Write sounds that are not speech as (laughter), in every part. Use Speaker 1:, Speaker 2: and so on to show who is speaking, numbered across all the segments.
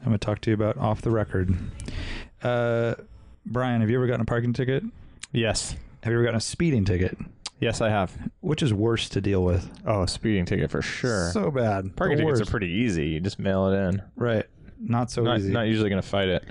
Speaker 1: I'm going to talk to you about off the record. Uh, Brian, have you ever gotten a parking ticket?
Speaker 2: Yes.
Speaker 1: Have you ever gotten a speeding ticket?
Speaker 2: Yes, I have.
Speaker 1: Which is worse to deal with?
Speaker 2: Oh, speeding ticket for sure.
Speaker 1: So bad.
Speaker 2: Parking
Speaker 1: The
Speaker 2: tickets
Speaker 1: worst.
Speaker 2: are pretty easy. You just mail it in.
Speaker 1: right. Not so
Speaker 2: Not,
Speaker 1: easy.
Speaker 2: not usually going to fight it.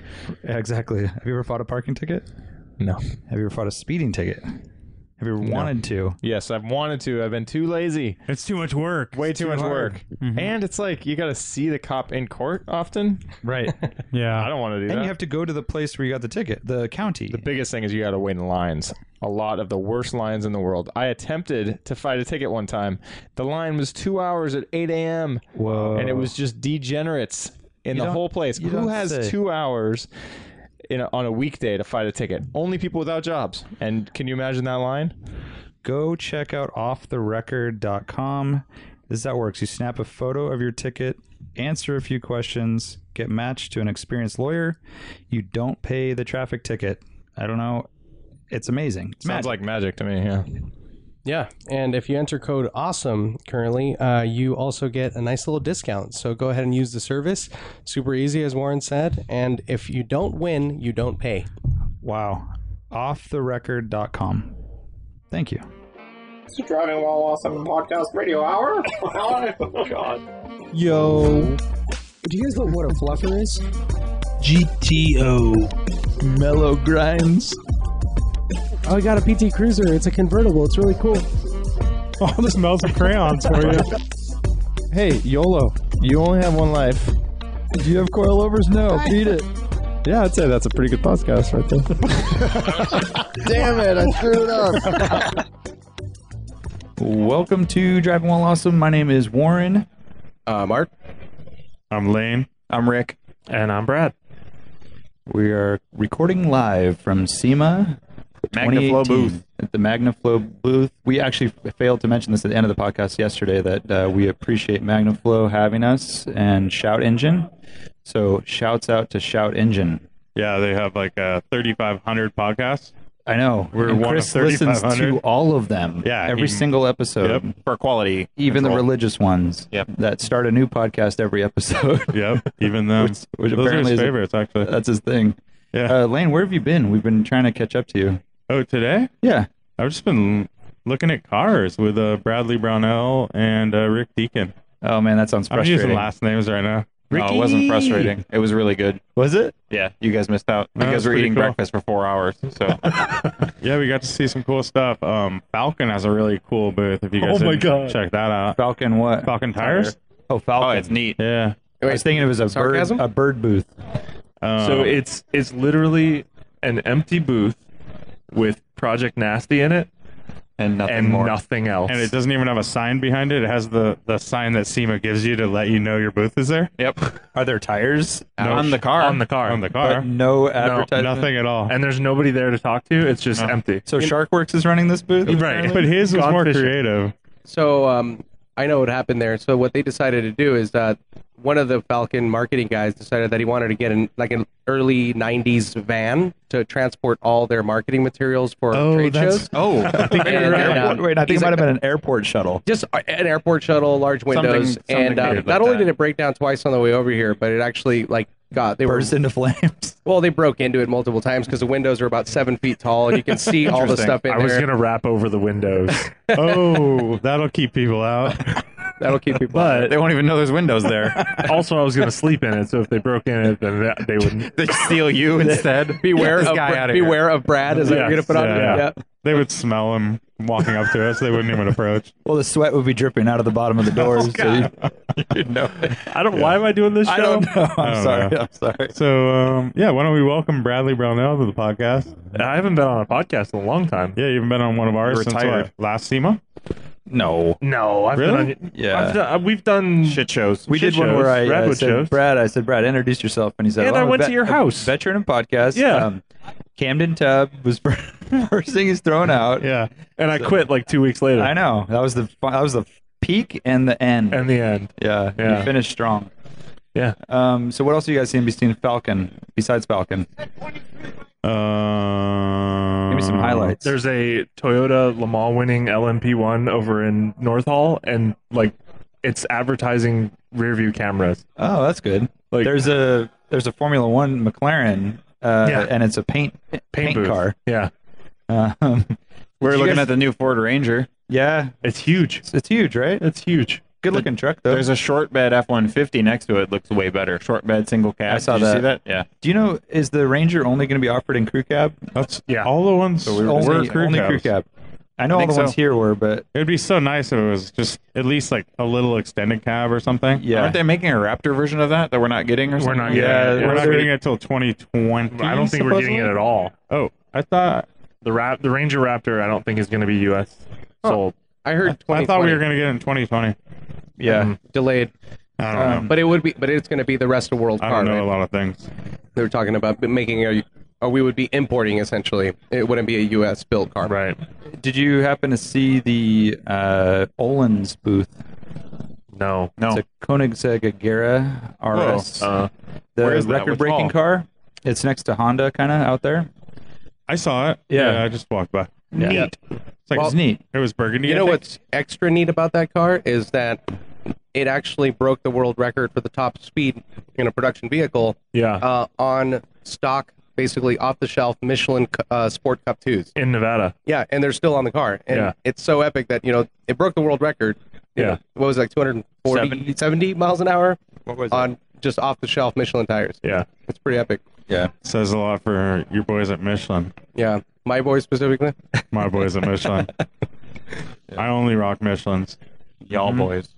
Speaker 1: exactly. Have you ever fought a parking ticket?
Speaker 2: No.
Speaker 1: Have you ever fought a speeding ticket? Have you ever wanted to?
Speaker 2: Yes, I've wanted to. I've been too lazy.
Speaker 3: It's too much work.
Speaker 2: Way too, Mm-hmm. much
Speaker 1: hard.
Speaker 2: work. And it's like you got to see the cop in court often.
Speaker 1: Right.
Speaker 3: Yeah.
Speaker 2: I don't want to do that.
Speaker 1: and you have to go to the place where you got the ticket, the county.
Speaker 2: the biggest thing is you got to wait in lines. A lot of the worst lines in the world. I attempted to fight a ticket one time. The line was two hours at 8 a.m.
Speaker 1: Whoa.
Speaker 2: and it was just degenerates in the
Speaker 1: don't-
Speaker 2: whole place.
Speaker 1: you
Speaker 2: Who
Speaker 1: don't
Speaker 2: has
Speaker 1: say.
Speaker 2: two hours in a, on a weekday to fight a ticket? Only people without jobs. And can you imagine that line?
Speaker 1: go check out offtherecord.com. This is how it works. You snap a photo of your ticket, answer a few questions, get matched to an experienced lawyer. You don't pay the traffic ticket. I don't know. It's amazing. It's magic.
Speaker 2: Sounds like magic to me. Yeah.
Speaker 4: Yeah, and if you enter code awesome currently, uh, you also get a nice little discount. So go ahead and use the service. Super easy, as Warren said. And if you don't win, you don't pay.
Speaker 1: wow. Offtherecord.com. Thank you.
Speaker 5: Driving while awesome podcast radio hour. oh God.
Speaker 4: Yo, do you guys know what a fluffer is?
Speaker 6: GTO mellow grinds.
Speaker 4: Oh, I got a PT Cruiser. It's a convertible. It's really cool.
Speaker 3: All the smells of crayons for you.
Speaker 2: Hey, YOLO. You only have one life.
Speaker 6: Do you have coilovers? No, beat it.
Speaker 2: Yeah, I'd say that's a pretty good podcast right there.
Speaker 6: Damn it, I screwed it up.
Speaker 1: Welcome to Driving While Awesome. My name is Warren.
Speaker 6: Uh, Mark,
Speaker 3: I'm Lane.
Speaker 6: I'm Rick.
Speaker 3: And I'm Brad.
Speaker 1: We are recording live from SEMA.
Speaker 6: Magnaflow
Speaker 1: 2018
Speaker 6: booth.
Speaker 1: At the MagnaFlow booth. We actually failed to mention this at the end of the podcast yesterday that uh, we appreciate MagnaFlow having us and Shout Engine. So shouts out to Shout Engine.
Speaker 3: Yeah, they have like uh, 3,500 podcasts.
Speaker 1: I know.
Speaker 3: We're
Speaker 1: and
Speaker 3: one of
Speaker 1: Chris listens to
Speaker 3: 3,500
Speaker 1: all of them.
Speaker 3: Yeah,
Speaker 1: Every
Speaker 3: he-
Speaker 1: single episode.
Speaker 6: For quality.
Speaker 1: Even the
Speaker 6: control.
Speaker 1: religious ones
Speaker 6: Yep.
Speaker 1: that start a new podcast every episode. (laughs)
Speaker 3: Yep, even them.
Speaker 1: Which- which
Speaker 3: Those are
Speaker 1: apparently is
Speaker 3: his
Speaker 1: a- uh,
Speaker 3: favorites, actually.
Speaker 1: That's his thing.
Speaker 3: yeah.
Speaker 1: Uh, Lane, where have you been? We've been trying to catch up to you.
Speaker 3: oh, today?
Speaker 1: Yeah.
Speaker 3: I've just been looking at cars with uh, Bradley Brownell and uh, Rick Deacon.
Speaker 1: Oh man, that sounds
Speaker 3: I'm
Speaker 1: frustrating.
Speaker 3: using last names right now.
Speaker 6: No, Oh, it wasn't frustrating. It was really good.
Speaker 1: Was it?
Speaker 6: Yeah, you guys missed out. You
Speaker 3: No,
Speaker 6: guys
Speaker 3: it's
Speaker 6: were
Speaker 3: pretty
Speaker 6: eating
Speaker 3: cool.
Speaker 6: breakfast for four hours. So
Speaker 3: Yeah, we got to see some cool stuff. Um, Falcon has a really cool booth. If you guys
Speaker 6: Oh my
Speaker 3: didn't
Speaker 6: God.
Speaker 3: check that
Speaker 1: (laughs)
Speaker 3: out.
Speaker 1: Falcon what?
Speaker 3: Falcon tires.
Speaker 1: Oh, Falcon.
Speaker 6: oh, it's neat.
Speaker 3: Yeah.
Speaker 1: I was thinking it was a
Speaker 4: Sarcasm?
Speaker 1: bird, a bird booth.
Speaker 3: Um,
Speaker 7: So it's it's literally an empty booth with Project Nasty in it
Speaker 6: And nothing
Speaker 7: and
Speaker 6: more.
Speaker 7: nothing else.
Speaker 3: and it doesn't even have a sign behind it. It has the, the sign that SEMA gives you to let you know your booth is there.
Speaker 6: Yep.
Speaker 1: Are there tires?
Speaker 6: on the car.
Speaker 7: on the car.
Speaker 3: On the car.
Speaker 1: But no advertisement.
Speaker 3: Nothing at all.
Speaker 7: Um, And there's nobody there to talk to. It's just empty.
Speaker 1: So Sharkworks is running this booth. (laughs)
Speaker 7: Right.
Speaker 3: but his was
Speaker 7: Gone
Speaker 3: more
Speaker 7: fishing.
Speaker 3: creative.
Speaker 4: So um, I know what happened there. So what they decided to do is that one of the Falcon marketing guys decided that he wanted to get an like an early '90s van to transport all their marketing materials for
Speaker 3: Oh,
Speaker 4: trade
Speaker 3: that's-
Speaker 4: shows.
Speaker 6: (laughs) Oh,
Speaker 4: And, uh,
Speaker 1: Wait, I think
Speaker 4: he's
Speaker 1: it might
Speaker 4: like-
Speaker 1: have been an airport shuttle.
Speaker 4: just an airport shuttle, large windows,
Speaker 6: something
Speaker 4: and uh,
Speaker 6: weird
Speaker 4: not
Speaker 6: like
Speaker 4: only
Speaker 6: that.
Speaker 4: did it break down twice on the way over here, but it actually like got they were
Speaker 1: (laughs) Burst into flames.
Speaker 4: well they broke into it multiple times because the windows are about seven feet tall and you can see all the stuff in
Speaker 7: I was
Speaker 4: there.
Speaker 7: gonna wrap over the (laughs) windows,
Speaker 3: Oh, that'll keep people out.
Speaker 4: That'll keep (laughs) people.
Speaker 7: but
Speaker 6: they won't even know there's windows
Speaker 3: (laughs)
Speaker 6: there.
Speaker 7: also I was gonna sleep in it. So if they broke in it, then that- they
Speaker 6: (laughs)
Speaker 7: wouldn't.
Speaker 6: they steal
Speaker 1: (laughs)
Speaker 6: you instead.
Speaker 4: Beware
Speaker 6: Get this
Speaker 4: of
Speaker 6: guy
Speaker 4: Bra-
Speaker 6: out of here.
Speaker 4: Oh, beware of Brad is that what you're gonna put on
Speaker 3: yeah,
Speaker 4: yeah.
Speaker 3: yeah. They would smell him walking up to us. They wouldn't even approach.
Speaker 1: Well, the sweat would be dripping out of the bottom
Speaker 6: (laughs)
Speaker 1: of
Speaker 6: Oh,
Speaker 1: the doors. so you-
Speaker 7: I don't. Why am I doing this show?
Speaker 1: I don't know. Oh, I'm
Speaker 3: I don't
Speaker 1: sorry.
Speaker 3: know.
Speaker 1: I'm sorry.
Speaker 3: So, um, yeah, why don't we welcome Bradley Brownell to the podcast?
Speaker 7: I haven't been on a podcast in a long time.
Speaker 3: Yeah, you've been on one of ours since
Speaker 6: retired.
Speaker 3: what, last SEMA.
Speaker 6: No.
Speaker 7: No, I've
Speaker 3: Really?
Speaker 7: been on.
Speaker 6: Yeah.
Speaker 7: I've done, uh, we've done.
Speaker 6: Shit shows.
Speaker 1: We
Speaker 7: Shit
Speaker 1: did one where
Speaker 7: shows,
Speaker 1: I uh,
Speaker 7: Redwood
Speaker 1: said,
Speaker 7: shows.
Speaker 1: Brad, I said, Brad, introduce yourself. And he said,
Speaker 7: And
Speaker 1: "Well,
Speaker 7: I
Speaker 1: I'm a
Speaker 7: went to your
Speaker 1: a
Speaker 7: house."
Speaker 1: veteran and podcast.
Speaker 7: Yeah.
Speaker 1: Camden Tub was (laughs) first thing he's thrown out.
Speaker 3: Yeah.
Speaker 7: And I quit like two weeks later.
Speaker 1: I know. That was the fu- that was the peak and the end.
Speaker 7: And the end.
Speaker 1: yeah,
Speaker 7: Yeah.
Speaker 1: You finished strong.
Speaker 7: Yeah.
Speaker 1: Um, so what else have you guys seen between Falcon besides Falcon?
Speaker 3: Um, Uh,
Speaker 1: Give me some highlights.
Speaker 7: Um, There's a Toyota Le Mans winning LMP1 over in North Hall, and like it's advertising rear view cameras.
Speaker 1: oh, that's good.
Speaker 7: Like-
Speaker 1: There's a
Speaker 8: there's a Formula One McLaren, uh,
Speaker 7: Yeah.
Speaker 8: and it's a paint paint,
Speaker 7: booth.
Speaker 8: car.
Speaker 7: Yeah,
Speaker 8: Um,
Speaker 4: We're
Speaker 8: you
Speaker 4: looking
Speaker 8: guys-
Speaker 4: at the new Ford Ranger.
Speaker 8: yeah,
Speaker 7: it's huge.
Speaker 8: it's, it's huge, right?
Speaker 7: It's huge.
Speaker 8: Good looking truck though.
Speaker 4: There's a short bed F one fifty next to it. Looks way better. Short bed single cab. I saw Did you see that. that? Yeah.
Speaker 8: Do you know is the Ranger only going to be offered in crew cab?
Speaker 3: That's
Speaker 7: Yeah.
Speaker 3: all the ones
Speaker 4: Oh,
Speaker 3: so
Speaker 8: only,
Speaker 3: were crew
Speaker 8: only
Speaker 3: cabs.
Speaker 8: crew cab. I know all
Speaker 4: think
Speaker 8: the ones
Speaker 4: so.
Speaker 8: here were, but
Speaker 3: It'd be so nice if it was just at least like a little extended cab or something.
Speaker 8: yeah,
Speaker 4: Aren't they making a Raptor version of that that we're not getting? Or
Speaker 7: We're
Speaker 4: something?
Speaker 7: not
Speaker 3: Yeah,
Speaker 7: getting it.
Speaker 3: we're
Speaker 7: Yeah.
Speaker 3: not getting it till 2020.
Speaker 7: I don't think we're getting it at all.
Speaker 3: Oh, I thought
Speaker 7: The rap, the Ranger Raptor, I don't think is going to be U.S. sold.
Speaker 9: I heard
Speaker 3: I thought we were
Speaker 9: 2020
Speaker 3: gonna get it in 2020.
Speaker 8: yeah.
Speaker 4: Mm-hmm.
Speaker 9: delayed, Um,
Speaker 3: I don't know.
Speaker 9: but it would be, but it's going to be the rest of world
Speaker 3: I
Speaker 9: car,
Speaker 3: don't know
Speaker 9: right?
Speaker 3: a lot of things.
Speaker 9: They were talking about making a, or we would be importing essentially. It wouldn't be a U.S. built car.
Speaker 7: Right.
Speaker 8: Did you happen to see the uh, Olin's booth?
Speaker 7: No.
Speaker 4: No.
Speaker 8: It's a Koenigsegg Agera RS,
Speaker 7: Uh,
Speaker 8: the
Speaker 4: Oh, where is that? Which
Speaker 8: record-breaking
Speaker 4: mall?
Speaker 8: car. It's next to Honda, kind of out there.
Speaker 3: I saw it.
Speaker 8: Yeah.
Speaker 3: I just walked by.
Speaker 8: Yeah.
Speaker 7: Neat.
Speaker 3: It's like
Speaker 8: It's neat.
Speaker 3: it was burgundy.
Speaker 9: You
Speaker 3: I
Speaker 9: know
Speaker 3: think.
Speaker 9: what's extra neat about that car is that it actually broke the world record for the top speed in a production vehicle
Speaker 7: Yeah.
Speaker 9: uh, on stock, basically off the shelf Michelin uh, Sport Cup twos.
Speaker 7: in Nevada.
Speaker 9: Yeah, and they're still on the car, and
Speaker 7: Yeah.
Speaker 9: it's so epic that you know it broke the world record. you
Speaker 7: Yeah.
Speaker 9: know, what was it, like 240, 70. miles an hour on just off the shelf Michelin tires.
Speaker 7: Yeah.
Speaker 9: It's pretty epic.
Speaker 3: says a lot for your boys at Michelin.
Speaker 9: Yeah, my boy specifically.
Speaker 3: My boys at Michelin. I only rock Michelins.
Speaker 4: Y'all boys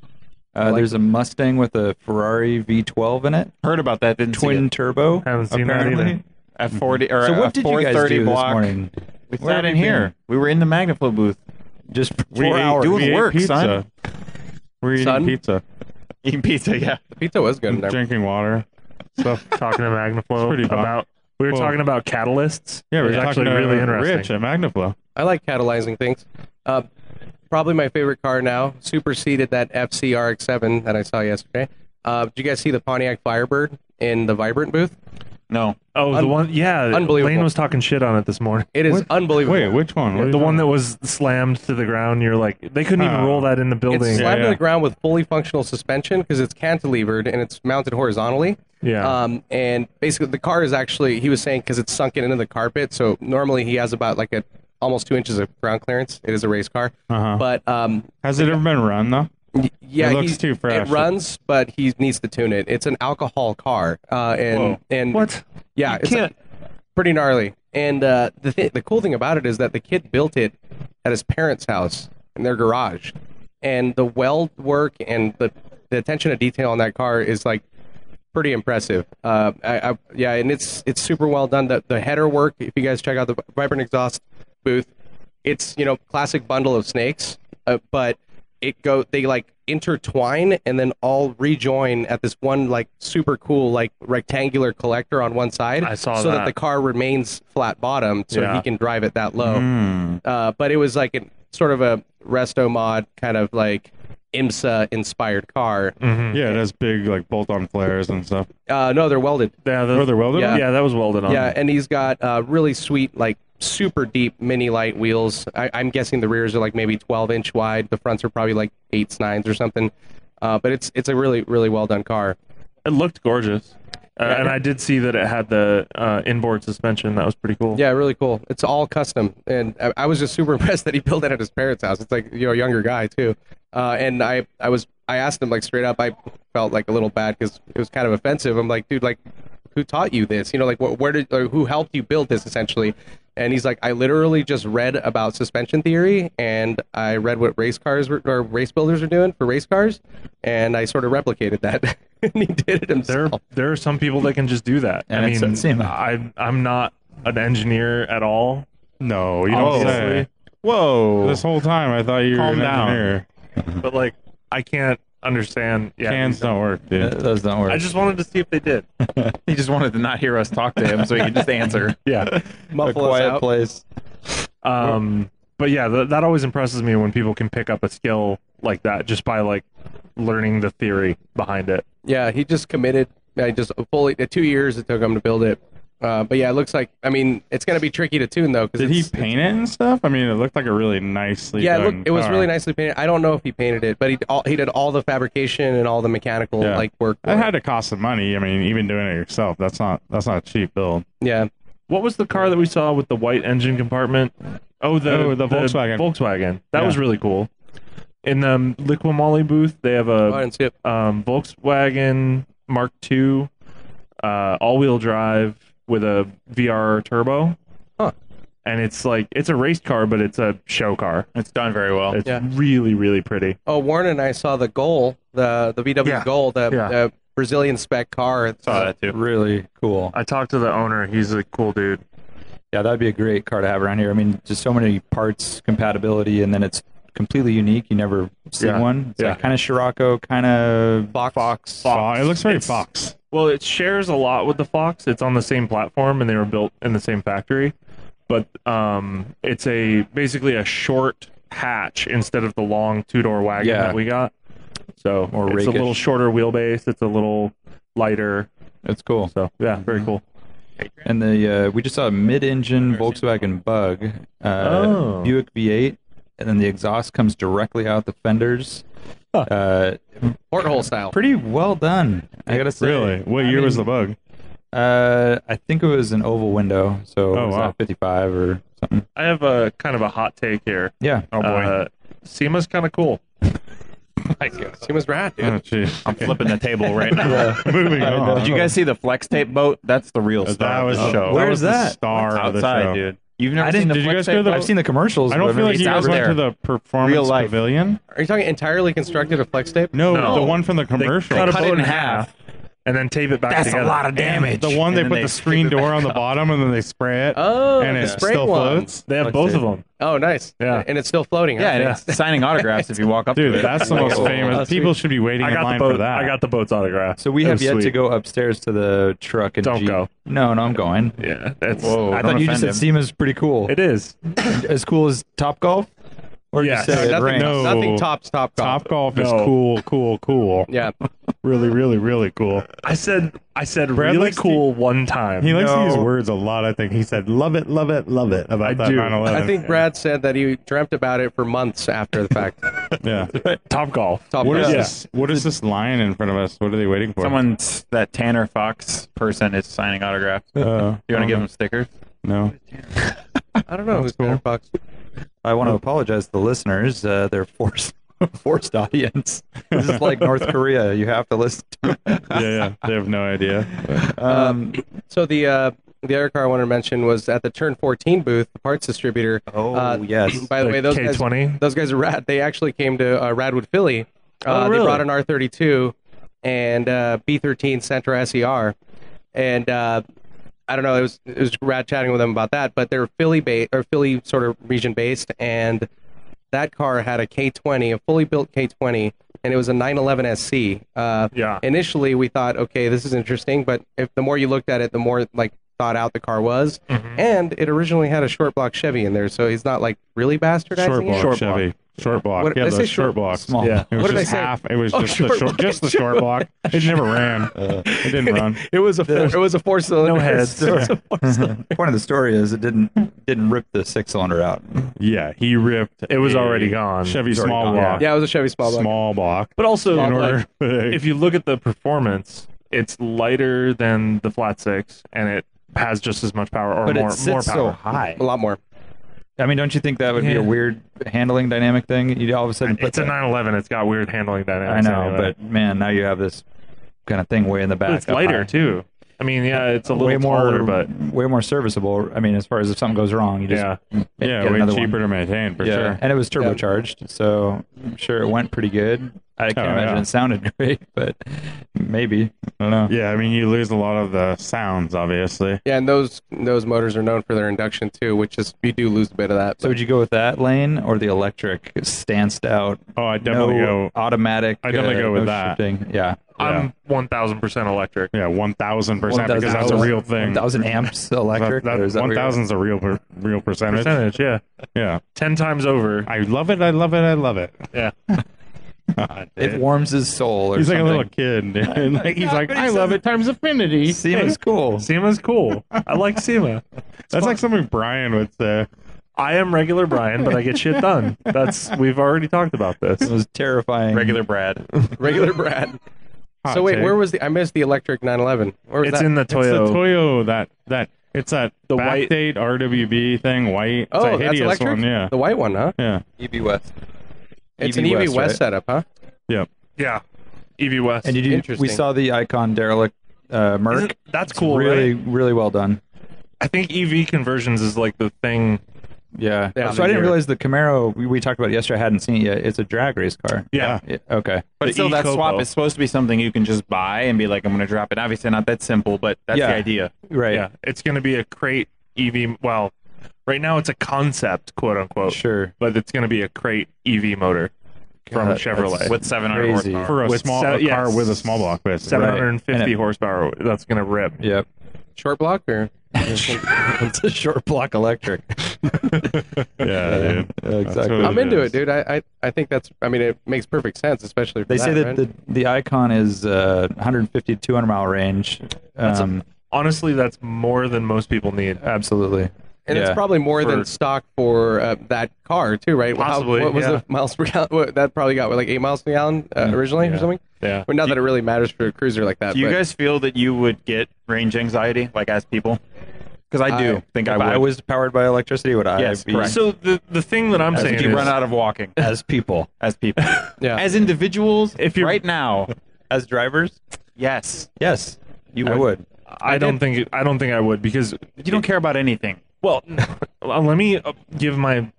Speaker 8: Uh, there's a Mustang with a Ferrari V12 in it,
Speaker 4: heard about that? Didn't see
Speaker 8: twin
Speaker 4: it.
Speaker 8: turbo.
Speaker 7: Haven't seen that
Speaker 8: apparently.
Speaker 7: either.
Speaker 4: a forty or
Speaker 8: So
Speaker 4: a
Speaker 8: what did you guys
Speaker 4: 430
Speaker 8: do
Speaker 4: block.
Speaker 8: this morning?
Speaker 4: We
Speaker 8: Where
Speaker 4: sat
Speaker 8: have
Speaker 4: in
Speaker 8: you been?
Speaker 4: here. We were in the Magnaflow booth.
Speaker 8: Just
Speaker 3: We
Speaker 8: four
Speaker 3: ate-
Speaker 8: hours.
Speaker 4: doing
Speaker 3: we ate
Speaker 4: work,
Speaker 3: pizza.
Speaker 4: son.
Speaker 3: We're eating
Speaker 9: Son?
Speaker 3: pizza,
Speaker 4: Eating pizza. Yeah.
Speaker 9: The pizza was good in
Speaker 7: Mm-hmm.
Speaker 9: there.
Speaker 3: drinking water. Stuff.
Speaker 7: Talking to Magnaflow
Speaker 3: pretty bomb.
Speaker 7: about we were
Speaker 3: Well-
Speaker 7: talking about catalysts.
Speaker 3: Yeah,
Speaker 7: It
Speaker 3: we're
Speaker 7: was
Speaker 3: talking
Speaker 7: actually
Speaker 3: to
Speaker 7: really interesting.
Speaker 3: Rich at Magnaflow.
Speaker 9: I like catalyzing things. Uh, probably my favorite car now. Superseded that FC RX-7 that I saw yesterday. Uh, did you guys see the Pontiac Firebird in the Vibrant booth?
Speaker 4: No.
Speaker 7: Oh, the
Speaker 9: Un-
Speaker 7: one. Yeah,
Speaker 9: unbelievable.
Speaker 7: Lane was talking shit on it this morning.
Speaker 9: It is unbelievable.
Speaker 3: Wait, which one? What are you
Speaker 7: The one
Speaker 3: talking
Speaker 7: that was slammed to the ground. You're like, they couldn't even
Speaker 3: Oh.
Speaker 7: roll that in the
Speaker 9: It's
Speaker 7: building.
Speaker 9: slammed
Speaker 3: Yeah,
Speaker 9: to
Speaker 3: yeah.
Speaker 9: the ground with fully functional suspension because it's cantilevered and it's mounted horizontally.
Speaker 7: Yeah.
Speaker 9: Um, and basically, the car is actually he was saying because it's sunken into the carpet. So normally he has about like a almost two inches of ground clearance. It is a race car,
Speaker 3: Uh-huh.
Speaker 9: but um,
Speaker 3: Has it ever been run though?
Speaker 9: Yeah,
Speaker 3: It looks
Speaker 9: he-
Speaker 3: too fresh.
Speaker 9: It runs, but he needs to tune it. It's an alcohol car, uh, and and
Speaker 7: What?
Speaker 9: Yeah, it's
Speaker 7: can't-
Speaker 9: pretty gnarly. And uh, the th- the cool thing about it is that the kid built it at his parents' house in their garage, and the weld work and the the attention to detail on that car is like pretty impressive. Uh, I, I, yeah, and it's it's super well done. The the header work, if you guys check out the Vibrant Exhaust booth, it's you know classic bundle of snakes, uh, but it go they like intertwine and then all rejoin at this one like super cool like rectangular collector on one side.
Speaker 7: I saw
Speaker 9: so that.
Speaker 7: that.
Speaker 9: the car remains flat bottomed, so
Speaker 7: Yeah.
Speaker 9: he can drive it that low. Uh, but it was like a sort of a resto mod kind of like IMSA inspired car.
Speaker 3: Yeah, it has big like bolt-on flares and stuff.
Speaker 9: Uh, no, they're welded.
Speaker 7: yeah, the,
Speaker 3: Were they welded?
Speaker 9: Yeah.
Speaker 3: on?
Speaker 7: yeah, that was welded on.
Speaker 9: Yeah, and he's got uh, really sweet, like super deep mini light wheels. I, I'm guessing the rears are like maybe 12 inch wide. The fronts are probably like eights, nines, or something. Uh, but it's it's a really really well done car.
Speaker 7: It looked gorgeous. Uh, and I did see that it had the uh, inboard suspension. That was pretty cool.
Speaker 9: Yeah, really cool. It's all custom, and I, I was just super (laughs) impressed that he built it at his parents' house. It's like you know, a younger guy too. Uh, and I I was I asked him like straight up. I felt like a little bad because it was kind of offensive. I'm like, dude, like who taught you this? You know, like wh- where did or who helped you build this essentially? And he's like, I literally just read about suspension theory, and I read what race cars were, or race builders are doing for race cars, and I sort of replicated that. (laughs) and he did it
Speaker 7: There,
Speaker 9: himself.
Speaker 7: there are some people that can just do that.
Speaker 8: And
Speaker 7: I
Speaker 8: it's
Speaker 7: mean,
Speaker 8: insane.
Speaker 7: I, I'm not an engineer at all.
Speaker 3: No, you don't
Speaker 7: Obviously.
Speaker 3: say.
Speaker 4: Whoa.
Speaker 3: This whole time, I thought you
Speaker 4: Calm
Speaker 3: were an
Speaker 4: down.
Speaker 3: engineer.
Speaker 7: but like I can't understand. Yeah,
Speaker 3: Hands don't work, dude.
Speaker 4: Uh,
Speaker 8: Those don't work.
Speaker 7: I just wanted to see if they did.
Speaker 4: (laughs) He just wanted to not hear us talk to him, so he could just answer.
Speaker 7: (laughs) Yeah.
Speaker 8: a
Speaker 9: Muffle us
Speaker 8: quiet
Speaker 9: out.
Speaker 8: place.
Speaker 7: Um, but yeah, th- that always impresses me when people can pick up a skill like that just by like learning the theory behind it.
Speaker 9: uh, Yeah, he just committed. I just fully the two years it took him to build it, Uh, but yeah, it looks like. I mean, it's going to be tricky to tune though. 'cause
Speaker 3: Did he
Speaker 9: it's-
Speaker 3: paint it and stuff? I mean, it looked like a really nicely
Speaker 9: Yeah, it,
Speaker 3: done
Speaker 9: looked, it was
Speaker 3: car.
Speaker 9: really nicely painted. I don't know if he painted it, but he all, he did all the fabrication and all the mechanical
Speaker 3: Yeah.
Speaker 9: like work. for
Speaker 3: That
Speaker 9: it.
Speaker 3: had to cost some money. I mean, even doing it yourself, that's not that's not a cheap build.
Speaker 9: yeah,
Speaker 7: What was the car that we saw with the white engine compartment? Oh, the
Speaker 3: Oh, the Volkswagen.
Speaker 7: Volkswagen. That
Speaker 3: Yeah.
Speaker 7: was really cool. In the um, Liquamoli booth, they have
Speaker 9: Go ahead
Speaker 7: a
Speaker 9: and skip.
Speaker 7: um, Volkswagen Mark II, uh, all-wheel drive with a VR turbo.
Speaker 9: Huh.
Speaker 7: And it's like it's a race car, but it's a show car.
Speaker 4: It's done very well.
Speaker 7: It's
Speaker 9: Yeah.
Speaker 7: really, really pretty.
Speaker 9: Oh, Warren and I saw the goal, the the VW
Speaker 7: Yeah.
Speaker 9: goal, the,
Speaker 7: Yeah.
Speaker 9: the Brazilian spec car.
Speaker 4: Saw that too.
Speaker 1: Really cool.
Speaker 7: I talked to the owner. He's a cool dude.
Speaker 1: Yeah, that'd be a great car to have around here. I mean, just so many parts compatibility, and then it's completely unique. You never see
Speaker 7: Yeah.
Speaker 1: one. It's
Speaker 7: Yeah.
Speaker 1: like kind of Scirocco, kind of
Speaker 9: Fox.
Speaker 1: Fox.
Speaker 3: Fo- it looks very
Speaker 7: It's-
Speaker 3: Fox.
Speaker 7: Well, it shares a lot with the Fox. It's on the same platform, and they were built in the same factory. But um, it's a basically a short hatch instead of the long two door wagon
Speaker 1: Yeah.
Speaker 7: that we got. So
Speaker 1: More
Speaker 7: it's a
Speaker 1: rakish.
Speaker 7: little shorter wheelbase. It's a little lighter.
Speaker 1: It's cool.
Speaker 7: So yeah,
Speaker 1: Mm-hmm.
Speaker 7: very cool.
Speaker 1: And the uh, we just saw a mid-engine Volkswagen Bug, uh,
Speaker 7: Oh.
Speaker 1: Buick V8, and then the exhaust comes directly out the fenders. Uh,
Speaker 3: (laughs)
Speaker 9: Porthole style.
Speaker 1: pretty well done, I gotta say.
Speaker 3: Really? What
Speaker 1: I
Speaker 3: year was the
Speaker 1: mean,
Speaker 3: bug?
Speaker 1: Uh, I think it was an oval window, so
Speaker 3: Oh,
Speaker 1: it was
Speaker 3: wow.
Speaker 1: like 55 or something.
Speaker 7: I have a kind of a hot take here.
Speaker 1: Yeah,
Speaker 3: Oh boy.
Speaker 7: Uh, SEMA's kind of cool.
Speaker 9: It was rad, dude.
Speaker 3: (laughs) oh jeez.
Speaker 4: I'm flipping the table right now.
Speaker 3: (laughs) Moving on.
Speaker 4: Did you Oh, guys see the flex tape boat? That's the real star
Speaker 3: That
Speaker 4: of
Speaker 3: was
Speaker 4: the show.
Speaker 1: Where
Speaker 3: that was
Speaker 1: is that?
Speaker 3: The star of the
Speaker 4: outside,
Speaker 3: show.
Speaker 4: dude. You've never
Speaker 1: I
Speaker 4: seen
Speaker 1: didn't-
Speaker 4: the
Speaker 3: did you
Speaker 4: flex
Speaker 3: guys go
Speaker 4: tape?
Speaker 3: to the-
Speaker 1: I've seen the commercials.
Speaker 3: I don't
Speaker 1: but
Speaker 3: feel like
Speaker 4: It's
Speaker 3: you guys
Speaker 4: out
Speaker 3: went to
Speaker 4: there.
Speaker 3: the performance
Speaker 4: Real life.
Speaker 3: pavilion.
Speaker 9: Are you talking entirely constructed of flex tape?
Speaker 3: No,
Speaker 7: No.
Speaker 3: the one from the commercial.
Speaker 7: cut a
Speaker 4: Cut
Speaker 7: boat
Speaker 4: it in
Speaker 7: in
Speaker 4: half.
Speaker 7: half. (laughs) and then tape it back That's together.
Speaker 4: of damage.
Speaker 3: the one they put the screen door on the bottom and then they spray it
Speaker 9: Oh,
Speaker 3: and
Speaker 9: the
Speaker 3: it
Speaker 9: spray
Speaker 3: still
Speaker 9: one.
Speaker 3: floats.
Speaker 7: They have both of them.
Speaker 9: Oh, nice.
Speaker 7: Yeah.
Speaker 9: And it's still floating. Huh?
Speaker 4: Yeah, and it's signing autographs if you walk up to
Speaker 3: Dude,
Speaker 4: it.
Speaker 3: that's the most famous. People should be waiting
Speaker 7: Oh, I
Speaker 3: in
Speaker 7: got the
Speaker 3: line for
Speaker 7: boat.
Speaker 3: that.
Speaker 7: I got the boat's autograph.
Speaker 1: So we
Speaker 7: It
Speaker 1: have
Speaker 7: was
Speaker 1: yet to
Speaker 7: sweet.
Speaker 1: go upstairs to the truck and
Speaker 7: Don't
Speaker 1: Jeep.
Speaker 7: go.
Speaker 1: No, no, I'm going.
Speaker 7: Yeah, that's.
Speaker 4: Whoa,
Speaker 7: I
Speaker 1: I thought
Speaker 7: thought
Speaker 1: you just said
Speaker 4: offend
Speaker 1: SEMA's pretty cool.
Speaker 7: it is.
Speaker 1: as cool as Top Golf? Or
Speaker 7: Yes.
Speaker 1: you
Speaker 9: No,
Speaker 1: said it
Speaker 9: nothing,
Speaker 1: ranks?
Speaker 3: no.
Speaker 9: nothing tops top golf.
Speaker 3: Top golf is
Speaker 7: No.
Speaker 3: cool, cool,
Speaker 7: (laughs)
Speaker 3: cool.
Speaker 9: Yeah.
Speaker 3: Really, really, really cool.
Speaker 7: I said I said
Speaker 3: Brad
Speaker 7: really
Speaker 3: likes to-
Speaker 7: cool one time.
Speaker 3: He likes to use words a lot. I think he said, "Love it, love it, love it." About
Speaker 7: I
Speaker 3: that
Speaker 7: do.
Speaker 3: 911.
Speaker 9: I think Brad said that he dreamt about it for months after the fact.
Speaker 3: Yeah.
Speaker 7: Top golf.
Speaker 9: Top
Speaker 3: What is
Speaker 7: (laughs)
Speaker 9: golf.
Speaker 3: this? What is this lion in front of us? What are they waiting for?
Speaker 4: Someone's that Tanner Fox person is signing autographs.
Speaker 3: Uh,
Speaker 4: Do you want to give
Speaker 1: Uh-huh.
Speaker 4: him stickers?
Speaker 3: No.
Speaker 9: I don't know who's cool. Fox.
Speaker 1: I want to apologize to the listeners. Uh, they're forced (laughs) forced audience. This is like North Korea. You have to listen to it.
Speaker 3: Yeah, Oh, yeah. They have no idea.
Speaker 1: Um,
Speaker 9: So the uh, the other car I wanted to mention was at the Turn 14 booth, the parts distributor.
Speaker 1: oh,
Speaker 9: Uh,
Speaker 1: yes.
Speaker 9: By the, way, those guys,
Speaker 7: K20.
Speaker 9: those guys are rad. They actually came to uh, Radwood, Philly. Uh,
Speaker 7: Oh, really?
Speaker 9: They brought an R32 and uh, B13 Sentra SER, E and uh, I don't know. It was it was rad chatting with them about that. But they're Philly based or Philly sort of region based, and that car had a K20, a fully built K20, and it was a 911 SC. Uh,
Speaker 7: Yeah.
Speaker 9: initially we thought okay this is interesting but if the more you looked at it the more like thought out the car was
Speaker 7: Mm-hmm.
Speaker 9: and it originally had a short block chevy in there so he's not like really bastardizing
Speaker 3: Short block
Speaker 9: it
Speaker 3: Chevy. Short block.
Speaker 9: What-
Speaker 3: yeah,
Speaker 9: I say
Speaker 3: those
Speaker 9: short-
Speaker 3: short blocks.
Speaker 1: small.
Speaker 7: Yeah.
Speaker 3: It was
Speaker 9: What did I
Speaker 3: just
Speaker 9: say?
Speaker 3: half. It was
Speaker 9: Oh,
Speaker 3: just
Speaker 9: short
Speaker 3: the short,
Speaker 9: block.
Speaker 3: just the short block. It
Speaker 9: (laughs)
Speaker 3: never ran. it didn't run.
Speaker 9: it was a four, it was a four cylinder
Speaker 7: No
Speaker 9: (laughs)
Speaker 7: heads.
Speaker 1: Point of the story is it didn't didn't rip the six cylinder out.
Speaker 3: Yeah, he ripped.
Speaker 7: It was
Speaker 3: a
Speaker 7: already gone.
Speaker 3: Chevy
Speaker 1: already
Speaker 3: small
Speaker 1: gone.
Speaker 3: block.
Speaker 9: yeah it was a chevy small block
Speaker 3: Small block.
Speaker 7: But also,
Speaker 3: in order.
Speaker 7: if you look at the performance, it's lighter than the flat six, and it has just as much power or
Speaker 1: But
Speaker 7: more
Speaker 1: it sits
Speaker 7: more power.
Speaker 1: so high.
Speaker 9: a lot more
Speaker 1: I mean, don't you think that would be
Speaker 7: Yeah.
Speaker 1: a weird handling dynamic thing? You all of a sudden put
Speaker 7: it's a
Speaker 1: that-
Speaker 7: 911. It's got weird handling
Speaker 1: I
Speaker 7: dynamics.
Speaker 1: know,
Speaker 7: anyway.
Speaker 1: but man, now you have this kind of thing way in the back.
Speaker 7: But it's
Speaker 1: up
Speaker 7: lighter
Speaker 1: high.
Speaker 7: too. I mean, yeah, it's a little
Speaker 1: way more,
Speaker 7: taller, but
Speaker 1: way more serviceable. I mean, as far as if something goes wrong, you just
Speaker 7: yeah,
Speaker 1: get
Speaker 3: (laughs) Yeah, way
Speaker 1: another
Speaker 3: cheaper
Speaker 1: One.
Speaker 3: to maintain for
Speaker 1: yeah,
Speaker 3: sure.
Speaker 1: and it was turbocharged, so I'm sure it went pretty good. I can't
Speaker 3: Oh,
Speaker 1: imagine
Speaker 3: yeah.
Speaker 1: it sounded (laughs) great, but maybe I don't know.
Speaker 3: Yeah, I mean you lose a lot of the sounds, obviously.
Speaker 9: yeah and those those motors are known for their induction too which is you do lose a bit of that
Speaker 1: So (laughs) would you go with that lane or the electric stanced out?
Speaker 3: Oh, I definitely
Speaker 1: no
Speaker 3: go.
Speaker 1: automatic.
Speaker 3: I definitely
Speaker 1: uh,
Speaker 3: go with
Speaker 1: no
Speaker 3: that.
Speaker 1: shifting. Yeah,
Speaker 7: I'm 1,000 percent electric.
Speaker 3: Yeah, one thousand percent because that's a real thing.
Speaker 1: Thousand
Speaker 3: (laughs)
Speaker 1: amps
Speaker 3: That,
Speaker 1: electric.
Speaker 3: that,
Speaker 1: or is that
Speaker 3: one
Speaker 1: what you're-
Speaker 3: thousand's a real per, real percentage.
Speaker 7: Percentage, yeah,
Speaker 3: Yeah,
Speaker 7: ten times over.
Speaker 3: I love it. I love it. I love it.
Speaker 7: Yeah.
Speaker 1: It warms his soul. Or
Speaker 3: He's like a
Speaker 1: something.
Speaker 3: little kid. (laughs) dude. like, he's like, I love it times affinity.
Speaker 1: Seema's cool.
Speaker 7: SEMA's cool. I
Speaker 1: (laughs)
Speaker 7: like SEMA.
Speaker 3: That's like something Brian would say.
Speaker 7: I am regular Brian, but I get shit done. That's we've already talked about this.
Speaker 1: It was terrifying.
Speaker 4: Regular Brad.
Speaker 9: Regular Brad.
Speaker 3: Hot
Speaker 9: so wait,
Speaker 3: take.
Speaker 9: where was the? I missed the electric 911. Where was
Speaker 7: It's
Speaker 9: that?
Speaker 7: in the
Speaker 3: It's the
Speaker 7: Toyo.
Speaker 3: Toyo that that it's that the
Speaker 7: The white-
Speaker 3: white date RWB thing. White. It's
Speaker 9: oh,
Speaker 3: a
Speaker 9: that's
Speaker 3: hideous
Speaker 9: electric.
Speaker 3: one. Yeah.
Speaker 9: The white one, huh?
Speaker 3: Yeah.
Speaker 1: EB E West.
Speaker 9: It's
Speaker 1: EB
Speaker 9: an EV
Speaker 1: E
Speaker 4: E
Speaker 1: West,
Speaker 9: West,
Speaker 1: right?
Speaker 9: setup, huh?
Speaker 7: yeah, EV West.
Speaker 1: And you do,
Speaker 9: Interesting.
Speaker 1: we saw the icon derelict uh, Merc.
Speaker 7: Isn't- that's cool,
Speaker 1: really,
Speaker 7: right?
Speaker 1: really well done.
Speaker 7: I think EV conversions is like the thing.
Speaker 1: Yeah.
Speaker 9: Yeah,
Speaker 1: Uh, so I didn't
Speaker 9: they're-
Speaker 1: realize the Camaro we, we talked about yesterday. I hadn't seen it yet. It's a drag race car.
Speaker 7: Yeah,
Speaker 1: Yeah, okay.
Speaker 7: The
Speaker 4: But still, that
Speaker 7: e-Copo.
Speaker 4: swap is supposed to be something you can just buy and be like, I'm going to drop it. Obviously, not that simple, but that's
Speaker 1: Yeah.
Speaker 4: the idea.
Speaker 1: Right.
Speaker 7: yeah. It's gonna be a crate EV. Well, right now it's a concept, quote unquote,
Speaker 1: Sure.
Speaker 7: but it's gonna be a crate EV motor from
Speaker 1: God,
Speaker 7: Chevrolet
Speaker 4: With 700
Speaker 1: Crazy.
Speaker 4: horsepower.
Speaker 3: For a
Speaker 7: With
Speaker 3: small
Speaker 7: se-
Speaker 3: a
Speaker 7: yeah,
Speaker 3: car with a small block, basically.
Speaker 7: 750
Speaker 1: And it-
Speaker 7: horsepower. That's gonna rip.
Speaker 1: Yep. (laughs)
Speaker 9: Short block or?
Speaker 1: it's a short block electric.
Speaker 3: Yeah, dude.
Speaker 1: Yeah, exactly.
Speaker 3: what
Speaker 9: I'm
Speaker 3: It
Speaker 9: into
Speaker 3: is.
Speaker 9: it, dude. I, I I think that's. I mean, it makes perfect sense, especially. For
Speaker 1: They
Speaker 9: that,
Speaker 1: say that
Speaker 9: right?
Speaker 1: the, the icon is uh, 150 to 200 mile range. Um,
Speaker 7: Honestly, that's more than most people need.
Speaker 1: absolutely.
Speaker 9: and
Speaker 1: yeah.
Speaker 9: it's probably more
Speaker 7: For-
Speaker 9: than stock for uh, that car too, right? How-
Speaker 7: Possibly,
Speaker 9: what was
Speaker 7: yeah.
Speaker 9: the miles per gallon? What, that probably got what, like eight miles per gallon uh, originally or something.
Speaker 7: Yeah.
Speaker 9: Well, not that it really matters for a cruiser like that.
Speaker 4: Do you
Speaker 9: but
Speaker 4: guys feel that you would get range anxiety, like as people? Because I do
Speaker 9: I-
Speaker 4: think I
Speaker 1: if
Speaker 4: would.
Speaker 1: I was powered by electricity, would I
Speaker 4: Yes,
Speaker 1: be
Speaker 4: correct.
Speaker 7: So the the thing that I'm
Speaker 4: as
Speaker 7: saying
Speaker 4: if you
Speaker 7: is,
Speaker 4: run out of walking,
Speaker 1: as people,
Speaker 4: as people,
Speaker 9: yeah.
Speaker 4: as individuals,
Speaker 7: If you're-
Speaker 4: right now,
Speaker 1: as drivers?
Speaker 4: yes,
Speaker 1: Yes, you I would.
Speaker 7: I don't think it- I don't think I would because
Speaker 4: (laughs) you don't care about anything.
Speaker 7: Well, (laughs) n- well, let me uh, give my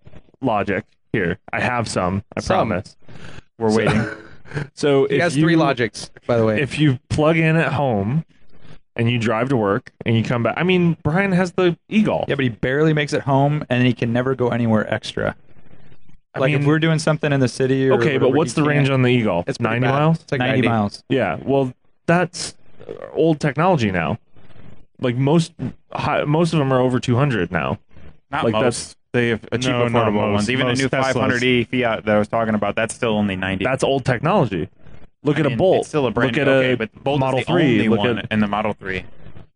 Speaker 7: logic here. I have some. I
Speaker 9: Some.
Speaker 7: promise.
Speaker 4: We're waiting.
Speaker 7: So
Speaker 9: He
Speaker 7: if
Speaker 9: has
Speaker 7: you,
Speaker 9: three logics, by the way.
Speaker 7: If you plug in at home and you drive to work and you come back, I mean, Brian has the e-golf.
Speaker 1: Yeah, but he barely makes it home, and he can never go anywhere extra.
Speaker 7: I
Speaker 1: Like
Speaker 7: mean,
Speaker 1: if we're doing something in the city, or
Speaker 7: okay, but
Speaker 1: whatever,
Speaker 7: what's
Speaker 1: he
Speaker 7: the range
Speaker 1: can't-
Speaker 7: on the e-golf?
Speaker 9: It's pretty
Speaker 7: ninety
Speaker 9: bad.
Speaker 7: miles.
Speaker 9: It's like
Speaker 1: 90, miles.
Speaker 7: Yeah. Well, that's uh, old technology now. Like most, hi, most of them are over two hundred now.
Speaker 4: Not
Speaker 7: Like,
Speaker 4: most.
Speaker 7: that's-
Speaker 4: they have achieved
Speaker 3: No, not
Speaker 4: affordable
Speaker 3: most.
Speaker 4: ones. Even the
Speaker 3: Most
Speaker 4: new
Speaker 3: Teslas.
Speaker 4: 500e Fiat that I was talking about, that's still only 90.
Speaker 7: That's old technology. Look
Speaker 4: I
Speaker 7: at
Speaker 4: mean,
Speaker 7: a Bolt.
Speaker 4: It's still a brand.
Speaker 7: Look at
Speaker 4: okay,
Speaker 7: a
Speaker 4: but Bolt
Speaker 7: Model
Speaker 4: is the
Speaker 7: Three.
Speaker 4: only
Speaker 7: Look
Speaker 4: one
Speaker 7: at
Speaker 4: in the Model Three.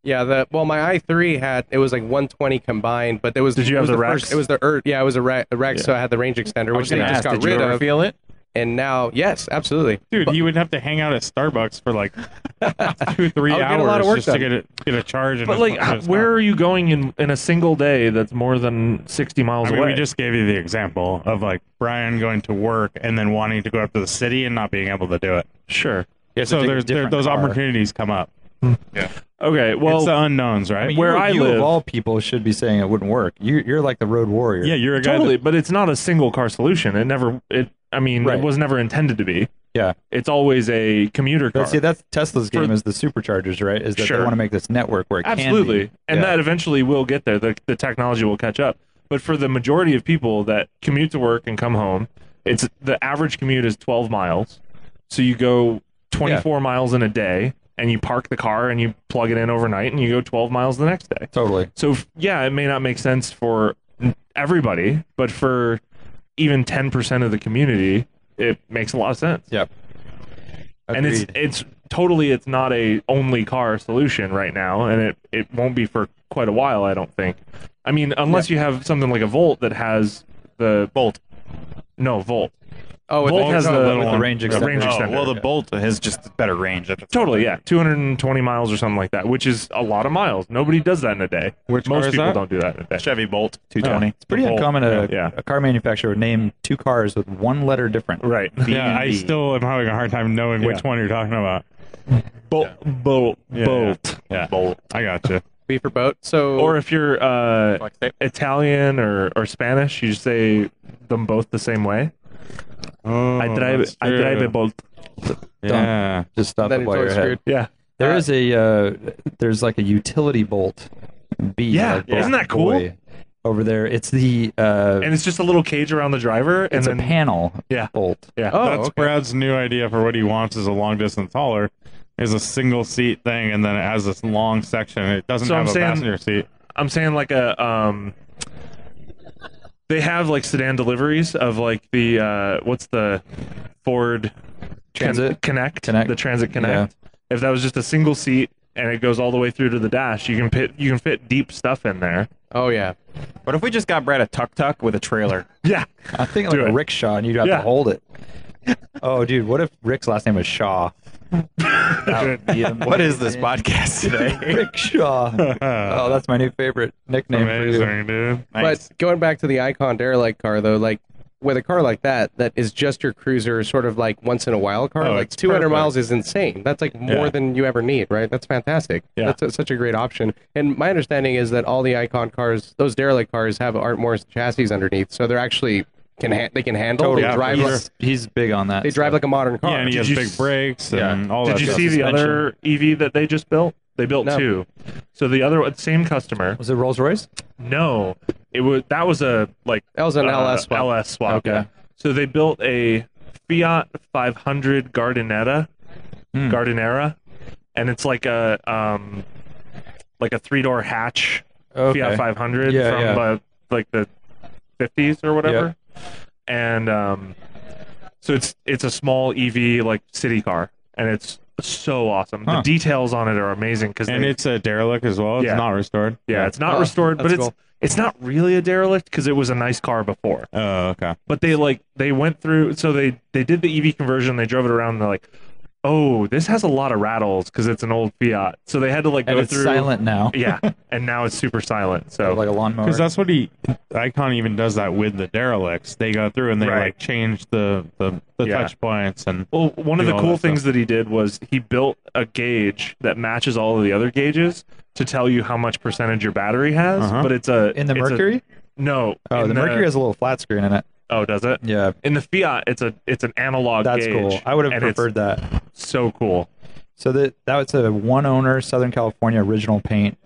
Speaker 9: Yeah, the well, my i3 had it was like 120 combined, but there was
Speaker 7: Did you
Speaker 9: it
Speaker 7: have
Speaker 9: was
Speaker 7: the
Speaker 9: first-
Speaker 7: Rex?
Speaker 9: it was the Ur, yeah, it was a, Re- a Rex, so I had the range extender, which they just got rid of,
Speaker 4: feel it?
Speaker 9: and now yes, absolutely.
Speaker 3: Dude, you would have to hang out at Starbucks for like two, three
Speaker 9: I would get
Speaker 3: hours
Speaker 9: a lot of work
Speaker 3: just to
Speaker 9: done.
Speaker 3: get a, get a charge. in
Speaker 7: But
Speaker 4: (laughs)
Speaker 3: his-
Speaker 7: like,
Speaker 3: in
Speaker 7: h-
Speaker 3: his
Speaker 7: where
Speaker 3: car.
Speaker 7: are you going in in a single day that's more than sixty miles
Speaker 3: I mean,
Speaker 7: away?
Speaker 3: we just gave you the example of like Brian going to work and then wanting to go up to the city and not being able to do it.
Speaker 7: sure.
Speaker 3: so
Speaker 1: take a
Speaker 3: there's there,
Speaker 1: different
Speaker 3: those
Speaker 1: car.
Speaker 3: opportunities come up.
Speaker 7: Okay.
Speaker 3: it's
Speaker 7: Well,
Speaker 3: the unknowns, right?
Speaker 1: I mean,
Speaker 7: where
Speaker 1: you,
Speaker 7: I
Speaker 1: you
Speaker 7: live-
Speaker 1: of all people should be saying it wouldn't work. You, you're like the road warrior.
Speaker 3: yeah, you're a guy.
Speaker 7: totally. But it's not a single car solution. It never. It. I mean,
Speaker 1: Right.
Speaker 7: it was never intended to be.
Speaker 1: yeah.
Speaker 7: It's always a commuter car.
Speaker 1: But see, that's Tesla's game
Speaker 7: For-
Speaker 1: is the superchargers, right? Is that
Speaker 7: Sure.
Speaker 1: they want to make this network where it can be.
Speaker 7: Absolutely. And
Speaker 1: Yeah.
Speaker 7: that eventually will get there. The, the technology will catch up. But for the majority of people that commute to work and come home, it's the average commute is 12 miles. So you go 24 miles in a day and you park the car and you plug it in overnight and you go 12 miles the next day.
Speaker 1: totally.
Speaker 7: So f- yeah, it may not make sense for everybody, but for even 10% of the community, it makes a lot of sense.
Speaker 1: Yep.
Speaker 7: And it's
Speaker 1: Agreed.
Speaker 7: it's totally it's not a only car solution right now and it it won't be for quite a while, I don't think. I mean, unless you have something like a Volt that has the Bolt. No, Volt.
Speaker 9: Oh, with
Speaker 7: Volt
Speaker 9: the,
Speaker 7: has
Speaker 9: oh,
Speaker 7: the-
Speaker 9: with
Speaker 7: with
Speaker 1: the range extender.
Speaker 7: range
Speaker 4: Oh,
Speaker 7: extender.
Speaker 4: well, the Bolt has just better range. That's-
Speaker 7: Totally, yeah, 220 miles or something like that, which is a lot of miles. Nobody does that in a day.
Speaker 3: Which
Speaker 7: Most
Speaker 3: car is
Speaker 7: people
Speaker 3: that?
Speaker 7: don't do that in a day.
Speaker 4: Chevy Bolt 220.
Speaker 1: It's pretty uncommon a,
Speaker 7: yeah.
Speaker 1: a car manufacturer would name two cars with one letter different.
Speaker 7: Right.
Speaker 3: Yeah, I still am having a hard time knowing which one you're talking about.
Speaker 7: Bolt, bolt,
Speaker 3: Yeah,
Speaker 7: bolt.
Speaker 3: Yeah, I got you.
Speaker 9: B for boat. So
Speaker 7: Or if you're uh,
Speaker 4: Like,
Speaker 7: Italian or, or Spanish, you just say them both the same way.
Speaker 3: Oh,
Speaker 7: I drive,
Speaker 3: that's
Speaker 7: I drive a
Speaker 3: true.
Speaker 7: bolt.
Speaker 3: Yeah,
Speaker 1: Just stop the
Speaker 9: then it's always
Speaker 1: wire head.
Speaker 9: screwed.
Speaker 7: Yeah.
Speaker 1: There is a uh, there's like a utility bolt. B.
Speaker 7: Yeah,
Speaker 1: like bolt
Speaker 7: isn't that cool?
Speaker 1: boy over there, it's the uh,
Speaker 7: And it's just a little cage around the driver, and
Speaker 1: it's
Speaker 7: then
Speaker 1: a panel
Speaker 7: yeah,
Speaker 1: bolt.
Speaker 7: yeah.
Speaker 9: Oh,
Speaker 3: that's
Speaker 9: okay.
Speaker 3: Brad's new idea for what he wants is a long distance hauler. Is a single seat thing, and then it has this long section. It doesn't
Speaker 7: So
Speaker 3: have
Speaker 7: I'm
Speaker 3: a
Speaker 7: saying-
Speaker 3: passenger seat.
Speaker 7: I'm saying like a um, they have like sedan deliveries of like the uh, what's the Ford Con-
Speaker 1: Transit?
Speaker 7: Connect,
Speaker 1: Connect.
Speaker 7: the Transit Connect. If that was just a single seat and it goes all the way through to the dash, you can fit you can fit deep stuff in there.
Speaker 9: Oh yeah.
Speaker 4: What if we just got Brad a tuk tuk with a trailer?
Speaker 7: Yeah,
Speaker 1: I think like
Speaker 7: Do
Speaker 1: a
Speaker 7: it.
Speaker 1: rickshaw, and you'd have
Speaker 7: Yeah.
Speaker 1: to hold it. Oh, dude, what if Rick's last name was
Speaker 7: (laughs)
Speaker 1: Shaw?
Speaker 4: What is this
Speaker 7: (laughs)
Speaker 4: podcast today?
Speaker 1: Rickshaw. oh, that's my new favorite nickname for you.
Speaker 7: amazing, dude.
Speaker 4: Nice.
Speaker 9: But going back to the Icon derelict car though, like with a car like that, that is just your cruiser, sort of like once in a while car.
Speaker 7: Oh,
Speaker 9: like
Speaker 7: it's
Speaker 9: 200
Speaker 7: perfect.
Speaker 9: miles is insane. That's like more
Speaker 7: Yeah.
Speaker 9: than you ever need, right? That's fantastic.
Speaker 7: Yeah.
Speaker 9: That's a, such a great option. And my understanding is that all the Icon cars, those derelict cars, have Art Morris chassis underneath, so they're actually can ha- they can handle.
Speaker 1: Totally.
Speaker 9: They drive like,
Speaker 1: He's, he's big on that.
Speaker 9: they drive like a modern car.
Speaker 3: Yeah, and he has
Speaker 7: uh, you
Speaker 3: big
Speaker 7: s-
Speaker 3: brakes and all
Speaker 7: Did
Speaker 3: that
Speaker 7: you
Speaker 3: stuff.
Speaker 7: see the
Speaker 1: Oh, suspension.
Speaker 7: other EV that they just built? They built
Speaker 9: No.
Speaker 7: two. So the other one, same customer.
Speaker 1: was it Rolls Royce?
Speaker 7: No, it was that was a like
Speaker 9: That was an
Speaker 7: uh,
Speaker 9: LS swap.
Speaker 7: LS swap.
Speaker 1: Okay.
Speaker 7: yeah. So they built a Fiat 500 Gardinetta, Gardinera, and it's like a um, like a three door hatch
Speaker 1: Okay.
Speaker 7: Fiat 500
Speaker 1: Yeah,
Speaker 7: from
Speaker 1: yeah.
Speaker 7: Uh, like the 50s or whatever. And um, so it's it's a small EV like city car, and it's so awesome. The
Speaker 3: Huh.
Speaker 7: details on it are amazing because
Speaker 3: And it's a derelict as well. It's
Speaker 7: Yeah.
Speaker 3: not restored.
Speaker 7: yeah, it's not
Speaker 9: Oh,
Speaker 7: restored, but
Speaker 9: that's
Speaker 7: it's it's not really a derelict because it was a nice car before.
Speaker 3: Oh, okay.
Speaker 7: But they like they went through, so they they did the EV conversion. They drove it around. and They're like, oh, this has a lot of rattles because it's an old Fiat. So they had to like
Speaker 1: And
Speaker 7: go
Speaker 1: it's
Speaker 7: through.
Speaker 1: silent now. (laughs)
Speaker 7: (laughs) Yeah, and now it's super silent. So
Speaker 1: Like a lawnmower.
Speaker 3: Because that's what he Icon even does that with the derelicts. They go through and they
Speaker 7: Right.
Speaker 3: like change the the, the
Speaker 7: Yeah.
Speaker 3: touch points and
Speaker 7: Well, one of
Speaker 3: do
Speaker 7: the
Speaker 3: all
Speaker 7: cool
Speaker 3: that stuff.
Speaker 7: things that he did was he built a gauge that matches all of the other gauges to tell you how much percentage your battery has.
Speaker 3: Uh-huh.
Speaker 7: But it's a
Speaker 1: in the
Speaker 7: it's a-
Speaker 1: Mercury?
Speaker 7: no.
Speaker 1: oh,
Speaker 7: in
Speaker 1: the, Mercury has a little flat screen in it.
Speaker 7: Oh, does it?
Speaker 1: Yeah,
Speaker 7: In the Fiat, it's a it's an analog.
Speaker 1: that's
Speaker 7: gauge,
Speaker 1: cool. I would have
Speaker 7: and it's
Speaker 1: preferred that.
Speaker 7: So cool.
Speaker 1: So that that was a one owner Southern California original paint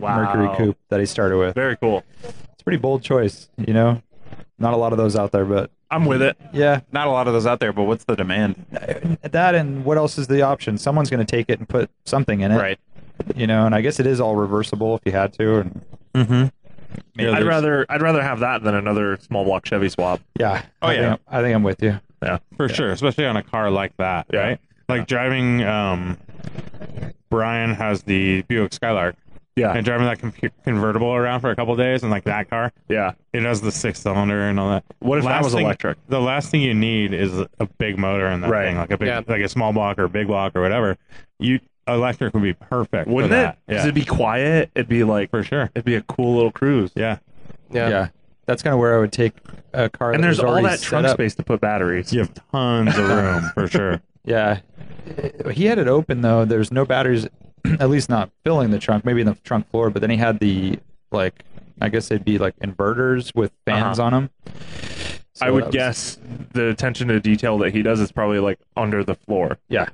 Speaker 7: Wow.
Speaker 1: Mercury coupe that he started with.
Speaker 7: Very cool.
Speaker 1: It's a pretty bold choice, you know. Not a lot of those out there, but
Speaker 7: I'm with it.
Speaker 1: yeah,
Speaker 4: Not a lot of those out there, but what's the demand?
Speaker 1: that and what else is the option? Someone's going to take it and put something in it,
Speaker 4: Right.
Speaker 1: You know, and I guess it is all reversible if you had to, and
Speaker 3: Yeah,
Speaker 7: I'd
Speaker 3: there's-
Speaker 7: rather I'd rather have that than another small block Chevy swap.
Speaker 1: yeah.
Speaker 4: Oh,
Speaker 1: I
Speaker 4: yeah.
Speaker 1: think I'm, I think I'm with you.
Speaker 3: for sure, especially on a car like that,
Speaker 7: Yeah.
Speaker 3: right? Like driving. Um, Brian has the Buick Skylark,
Speaker 7: Yeah.
Speaker 3: and driving that compu convertible around for a couple days, and like that car,
Speaker 7: Yeah.
Speaker 3: it has the six cylinder and all that.
Speaker 7: What if that
Speaker 3: Last
Speaker 7: was
Speaker 3: thing-
Speaker 7: electric?
Speaker 3: The last thing you need is a big motor in that
Speaker 7: Right.
Speaker 3: thing, like a big,
Speaker 9: Yeah.
Speaker 3: like a small block or a big block or whatever. You electric would be perfect, for
Speaker 7: Wouldn't it?
Speaker 3: that.
Speaker 7: Because
Speaker 3: Yeah,
Speaker 7: it'd be quiet. It'd be like
Speaker 3: for sure.
Speaker 7: it'd be a cool little cruise.
Speaker 3: Yeah,
Speaker 9: yeah.
Speaker 1: that's kind of where I would take a car.
Speaker 7: And
Speaker 1: that
Speaker 7: there's
Speaker 1: was
Speaker 7: all
Speaker 1: already
Speaker 7: that
Speaker 1: set
Speaker 7: trunk
Speaker 1: up.
Speaker 7: space to put batteries.
Speaker 3: you have tons of room for sure.
Speaker 1: Yeah, he had it open though. There's no batteries, (clears throat) at least not filling the trunk. Maybe in the trunk floor, but then he had the like, I guess they'd be like inverters with fans on 'em. on them.
Speaker 7: I Uh-huh. would guess the attention to detail that he does is probably like under the floor,
Speaker 1: Yeah,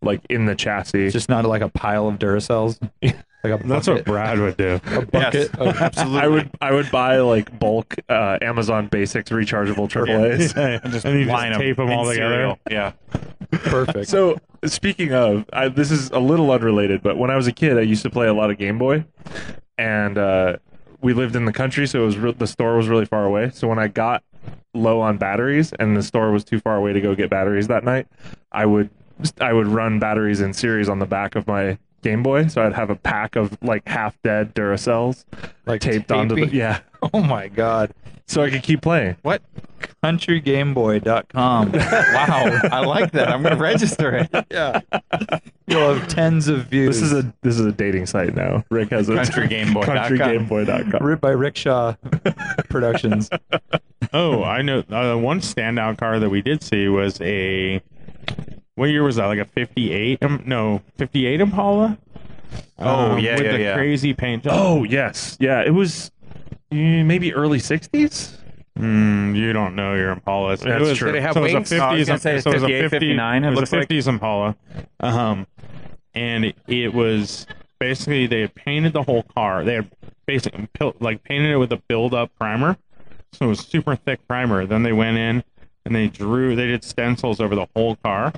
Speaker 7: like in the chassis.
Speaker 1: it's just not like a pile of Duracells. like
Speaker 4: (laughs)
Speaker 1: a bucket,
Speaker 3: (laughs) That's what Brad would do.
Speaker 1: a bucket of
Speaker 3: (laughs)
Speaker 7: I would I would buy like bulk uh, Amazon Basics
Speaker 3: (laughs)
Speaker 7: rechargeable AAA's.
Speaker 3: just and you just tape them all together.
Speaker 4: Yeah.
Speaker 1: perfect.
Speaker 7: So speaking of, I, this is a little unrelated, but when I was a kid, I used to play a lot of Game Boy, and uh, we lived in the country, so it was re- the store was really far away. So when I got low on batteries and the store was too far away to go get batteries that night, I would I would run batteries in series on the back of my Game Boy, so I'd have a pack of like half dead Duracells
Speaker 1: Like
Speaker 7: taped onto the
Speaker 1: taping?
Speaker 7: yeah,
Speaker 1: oh my god,
Speaker 7: so I could keep playing.
Speaker 4: What?
Speaker 1: countrygameboy.com.
Speaker 4: (laughs) Wow. I like that. I'm going to register it.
Speaker 1: (laughs) yeah, you'll have tens of views.
Speaker 7: This is a this is a dating site now. Rick has a
Speaker 4: CountryGameBoy.com.
Speaker 7: CountryGameBoy.com.
Speaker 1: Rip by
Speaker 4: (laughs)
Speaker 1: Rickshaw Productions.
Speaker 3: Oh, I know. Uh, one standout car that we did see was a. What year was that? Like a 58? Um, no, 58 Impala?
Speaker 4: Oh, yeah,
Speaker 3: Um, With
Speaker 4: yeah,
Speaker 3: the
Speaker 4: yeah.
Speaker 3: crazy paint job.
Speaker 7: Oh yes, yeah. It was eh, maybe early '60s.
Speaker 3: Mm, you don't know your Impala. So
Speaker 7: That's
Speaker 3: it was,
Speaker 7: true. Did
Speaker 3: it
Speaker 4: it have
Speaker 3: so
Speaker 4: wings?
Speaker 3: It was
Speaker 4: No,
Speaker 3: a
Speaker 4: I
Speaker 3: 50s,
Speaker 4: was gonna say
Speaker 3: so it was a
Speaker 4: 58,
Speaker 3: 50
Speaker 4: 59, it
Speaker 3: It was
Speaker 4: looks
Speaker 3: a
Speaker 4: like.
Speaker 3: 50s Impala. Um, and it was basically they had painted the whole car. They had basically pil- like painted it with a build-up primer, so it was super thick primer. Then they went in and they drew. They did stencils over the whole car,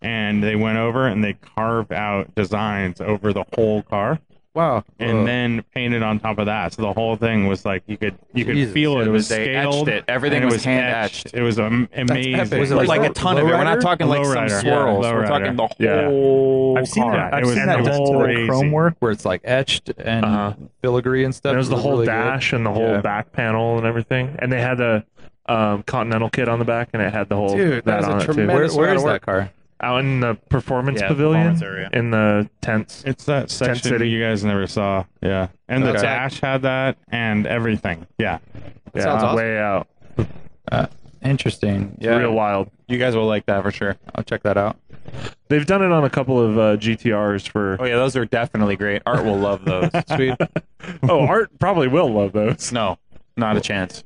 Speaker 3: and they went over and they carved out designs over the whole car.
Speaker 9: Wow.
Speaker 3: and
Speaker 9: Uh,
Speaker 3: then painted on top of that. So the whole thing was like you could you could
Speaker 4: Jesus.
Speaker 3: feel it. It
Speaker 4: It
Speaker 3: was
Speaker 4: was- they etched
Speaker 3: scaled.
Speaker 4: it. Everything
Speaker 3: and
Speaker 4: was hand etched.
Speaker 3: It was um, amazing.
Speaker 9: epic. Was it
Speaker 4: like,
Speaker 9: like
Speaker 4: a ton of it. We're not
Speaker 1: lowrider?
Speaker 4: talking like some
Speaker 3: Lowrider. Yeah,
Speaker 4: swirls. We're
Speaker 3: lowrider.
Speaker 4: talking the
Speaker 7: Yeah. Oh,
Speaker 4: whole.
Speaker 3: I've seen
Speaker 4: car.
Speaker 3: that.
Speaker 1: I've
Speaker 3: it was
Speaker 1: seen that done to
Speaker 3: crazy.
Speaker 1: the chrome work where it's like etched and
Speaker 7: Uh-huh.
Speaker 1: filigree and stuff.
Speaker 7: And it was the
Speaker 1: It
Speaker 7: whole
Speaker 1: really good.
Speaker 7: dash and the whole
Speaker 1: Yeah.
Speaker 7: back panel and everything. And they had the um, Continental kit on the back, and it had the whole
Speaker 9: Dude, that was a
Speaker 7: on it too.
Speaker 9: tremendous-
Speaker 1: Where,
Speaker 9: That's
Speaker 1: where
Speaker 9: gotta
Speaker 1: is
Speaker 9: work.
Speaker 1: that car?
Speaker 7: out in the performance
Speaker 4: Yeah,
Speaker 7: pavilion
Speaker 4: performance area.
Speaker 7: in the tents.
Speaker 3: It's that section
Speaker 7: City.
Speaker 3: you guys never saw. Yeah, and the
Speaker 9: Okay.
Speaker 3: dash had that and everything. Yeah,
Speaker 7: yeah,
Speaker 9: sounds awesome.
Speaker 7: way out,
Speaker 1: Interesting.
Speaker 4: Yeah.
Speaker 7: real wild.
Speaker 4: You guys will like that for sure.
Speaker 1: I'll check that out.
Speaker 7: They've done it on a couple of uh, GTRs for.
Speaker 9: (laughs)
Speaker 4: Oh yeah, those are definitely great. Art will
Speaker 1: (laughs)
Speaker 4: love those.
Speaker 9: Sweet.
Speaker 7: Oh, Art probably will love those.
Speaker 4: No, not a chance.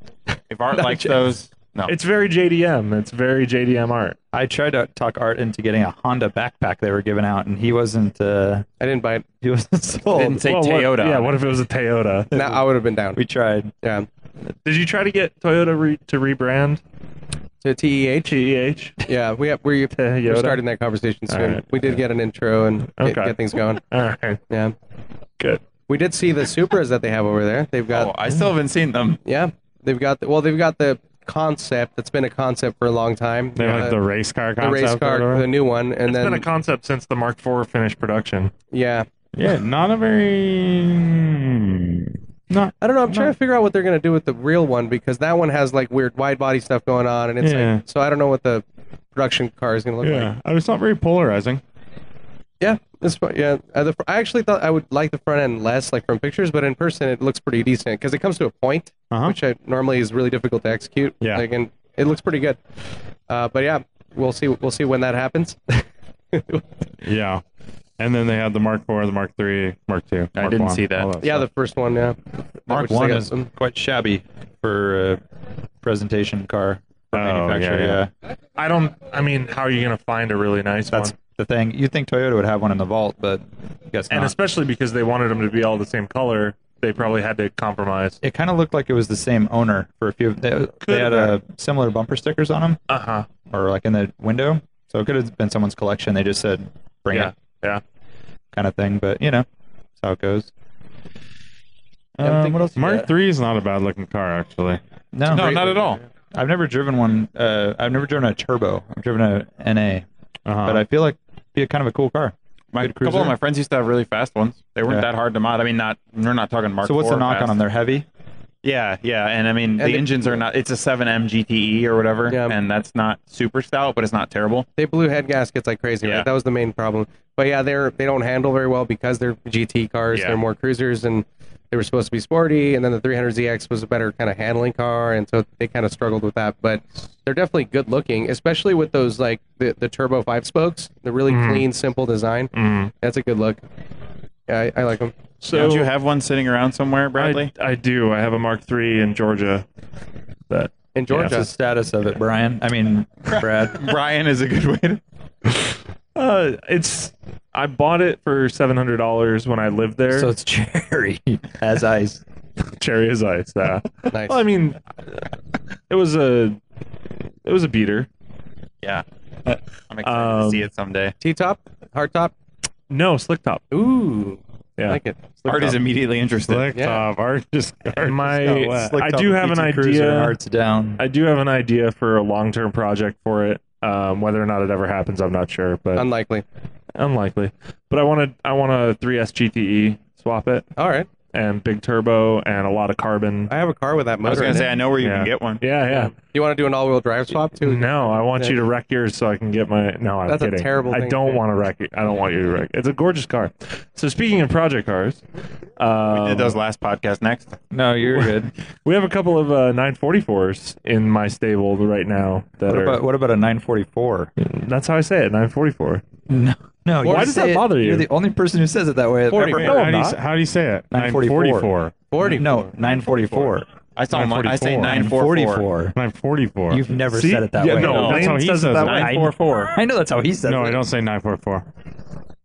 Speaker 4: If Art likes those, no.
Speaker 7: It's very JDM. It's very JDM art.
Speaker 1: I tried to talk Art into getting a Honda backpack they were giving out, and he wasn't. Uh,
Speaker 9: I didn't buy it.
Speaker 1: he wasn't (laughs)
Speaker 4: didn't
Speaker 1: sold.
Speaker 4: say
Speaker 7: Well, what-
Speaker 4: Toyota.
Speaker 7: yeah,
Speaker 4: on
Speaker 7: what
Speaker 4: it.
Speaker 7: if it was a Toyota?
Speaker 9: Now I would have been down.
Speaker 1: We tried.
Speaker 9: Yeah.
Speaker 7: Did you try to get Toyota re- to rebrand E
Speaker 9: So TEH.
Speaker 7: TEH?
Speaker 9: Yeah, we have,
Speaker 7: (laughs)
Speaker 9: we
Speaker 7: Toyota.
Speaker 9: we're starting that conversation soon.
Speaker 7: right.
Speaker 9: We did get an intro and get,
Speaker 7: Okay.
Speaker 9: get things going.
Speaker 7: All right,
Speaker 9: Yeah.
Speaker 7: good.
Speaker 9: We did see the Supras that they have over there. They've got
Speaker 4: Oh, I still haven't seen them.
Speaker 9: yeah, they've got the, well, they've got the concept that's been a concept for a long time.
Speaker 3: they
Speaker 9: Uh,
Speaker 3: like the race car
Speaker 9: the
Speaker 3: concept.
Speaker 9: race
Speaker 3: or
Speaker 9: car,
Speaker 3: whatever.
Speaker 9: the new one, and
Speaker 7: It's
Speaker 9: then
Speaker 7: been a concept since the Mark IV finished production.
Speaker 9: yeah.
Speaker 3: Yeah, not a very. Not
Speaker 9: I don't know. I'm trying to figure out what they're gonna do with the real one because that one has like weird wide body stuff going on, and it's
Speaker 3: Yeah.
Speaker 9: like so I don't know what the production car is gonna look like.
Speaker 3: yeah, I was not very polarizing.
Speaker 9: Yeah, it's fu- yeah. Uh, the, fr- I actually thought I would like the front end less, like from pictures, but in person it looks pretty decent because it comes to a point,
Speaker 3: Uh-huh.
Speaker 9: which I, normally is really difficult to execute.
Speaker 3: Yeah.
Speaker 9: like, and it looks pretty good. Uh, but yeah, we'll see. We'll see when that happens. (laughs)
Speaker 3: Yeah, and then they had the Mark Four, the Mark Three, Mark Two.
Speaker 4: I didn't see that.
Speaker 9: yeah, the first one. Yeah,
Speaker 1: Mark
Speaker 9: Which they
Speaker 1: One
Speaker 9: got
Speaker 1: is
Speaker 9: some-
Speaker 1: quite shabby for a presentation car for
Speaker 3: Oh,
Speaker 1: manufacturer.
Speaker 3: yeah, yeah.
Speaker 7: I don't. I mean, how are you gonna find a really nice
Speaker 1: That's
Speaker 7: one?
Speaker 1: the thing. You'd think Toyota would have one in the vault, but I guess
Speaker 7: And
Speaker 1: not.
Speaker 7: especially because they wanted them to be all the same color, they probably had to compromise.
Speaker 1: it kind of looked like it was the same owner for a few. Of, they, they had uh, similar bumper stickers on them,
Speaker 7: Uh huh.
Speaker 1: or like in the window. So it could have been someone's collection. They just said, "Bring
Speaker 7: Yeah.
Speaker 1: it,"
Speaker 7: Yeah.
Speaker 1: kind of thing. But you know, that's how it goes. Um, what else? you
Speaker 3: Mark
Speaker 1: got?
Speaker 3: Three is not a bad looking car actually.
Speaker 1: No,
Speaker 4: No, not at all.
Speaker 1: I've never driven one. Uh, I've never driven a turbo. I've driven a NA,
Speaker 3: Uh-huh.
Speaker 1: but I feel like it'd be a kind of a cool car.
Speaker 4: My
Speaker 1: Good
Speaker 4: couple of
Speaker 1: cruiser.
Speaker 4: my friends used to have really fast ones. They weren't
Speaker 1: Yeah.
Speaker 4: that hard to mod. I mean, not we're not talking Mark.
Speaker 1: So what's the
Speaker 4: IV
Speaker 1: knock on
Speaker 4: fast.
Speaker 1: them? They're heavy.
Speaker 4: Yeah, yeah, and I mean the,
Speaker 9: the-
Speaker 4: engines are not. It's a 7M GTE E or whatever,
Speaker 9: Yeah.
Speaker 4: and that's not super stout, but it's not terrible.
Speaker 9: they blew head gaskets like crazy.
Speaker 4: Yeah.
Speaker 9: Right, that was the main problem. But yeah, they're they don't handle very well because they're GT cars.
Speaker 4: Yeah.
Speaker 9: They're more cruisers, and they were supposed to be sporty. And then the 300ZX was a better kind of handling car, and so they kind of struggled with that. But they're definitely good looking, especially with those like the, the turbo five spokes. The really clean, simple design.
Speaker 7: Mm.
Speaker 9: That's a good look. Yeah, I, I like them.
Speaker 7: So
Speaker 4: Don't you have one sitting around
Speaker 1: (laughs)
Speaker 4: somewhere, Bradley?
Speaker 7: I, I do. I have a Mark III in Georgia. That
Speaker 9: And
Speaker 1: What's the
Speaker 9: Georgia,
Speaker 1: status of it, Brian? I mean, Brad.
Speaker 4: (laughs) Brian is a good way
Speaker 1: (laughs)
Speaker 4: to.
Speaker 7: uh, it's. I bought it for seven hundred dollars when I lived there.
Speaker 1: so it's
Speaker 4: (laughs)
Speaker 1: cherry as ice.
Speaker 7: cherry is ice. Yeah.
Speaker 9: nice.
Speaker 7: well, I mean, it was a. It was a beater.
Speaker 4: Yeah, I'm excited to
Speaker 7: Um,
Speaker 4: see it someday.
Speaker 9: T top, hard top.
Speaker 7: No slick top.
Speaker 9: Ooh,
Speaker 7: Yeah.
Speaker 9: I like it.
Speaker 4: Art is immediately interested.
Speaker 3: Slick
Speaker 9: Yeah.
Speaker 3: top, art (laughs) just art
Speaker 7: my. I do have an idea.
Speaker 1: Hearts down.
Speaker 7: I do have an idea for a long term project for it. Um, whether or not it ever happens, I'm not sure, but
Speaker 9: Unlikely.
Speaker 7: unlikely. But I want to I want a 3S GTE E swap it
Speaker 9: All right,
Speaker 7: and big turbo and a lot of carbon.
Speaker 9: I have a car with that
Speaker 4: I was
Speaker 9: motor.
Speaker 4: gonna
Speaker 9: in
Speaker 4: say
Speaker 9: it.
Speaker 4: I know where you
Speaker 7: Yeah.
Speaker 4: can get one.
Speaker 7: Yeah, yeah.
Speaker 9: you want to do an all wheel drive swap too?
Speaker 7: No, I want you to wreck yours so I can get my. No, I'm
Speaker 9: That's a
Speaker 7: kidding.
Speaker 9: terrible
Speaker 7: I
Speaker 9: thing to
Speaker 7: don't
Speaker 9: do.
Speaker 7: want to wreck it. I don't want you to wreck. It's a gorgeous car. So speaking of project cars, um,
Speaker 3: Uh-huh.
Speaker 4: Did those last podcast next.
Speaker 1: no, you're
Speaker 4: (laughs)
Speaker 1: good.
Speaker 7: we have a couple of uh, 944s in my stable right now. That
Speaker 1: What
Speaker 7: are,
Speaker 1: about what about a 944?
Speaker 7: that's how I say it. 944.
Speaker 1: No, no.
Speaker 7: Why does that bother you?
Speaker 1: You're the only person who says it that way. I've ever
Speaker 3: Wait,
Speaker 1: heard.
Speaker 3: how, do you, s-
Speaker 7: not.
Speaker 3: how do you say it?
Speaker 1: 944.
Speaker 3: 944.
Speaker 9: Forty.
Speaker 1: No, 944.
Speaker 4: I
Speaker 3: Oh,
Speaker 4: saw mine. I say 944.
Speaker 1: 944.
Speaker 3: 944.
Speaker 1: You've never
Speaker 7: See?
Speaker 1: said it that
Speaker 7: yeah,
Speaker 1: way.
Speaker 7: No,
Speaker 3: That's
Speaker 7: Lane
Speaker 3: how he
Speaker 7: says it
Speaker 3: says
Speaker 7: that
Speaker 3: it.
Speaker 7: way.
Speaker 1: I- I know that's how he says
Speaker 3: no,
Speaker 1: it.
Speaker 3: I don't say 944.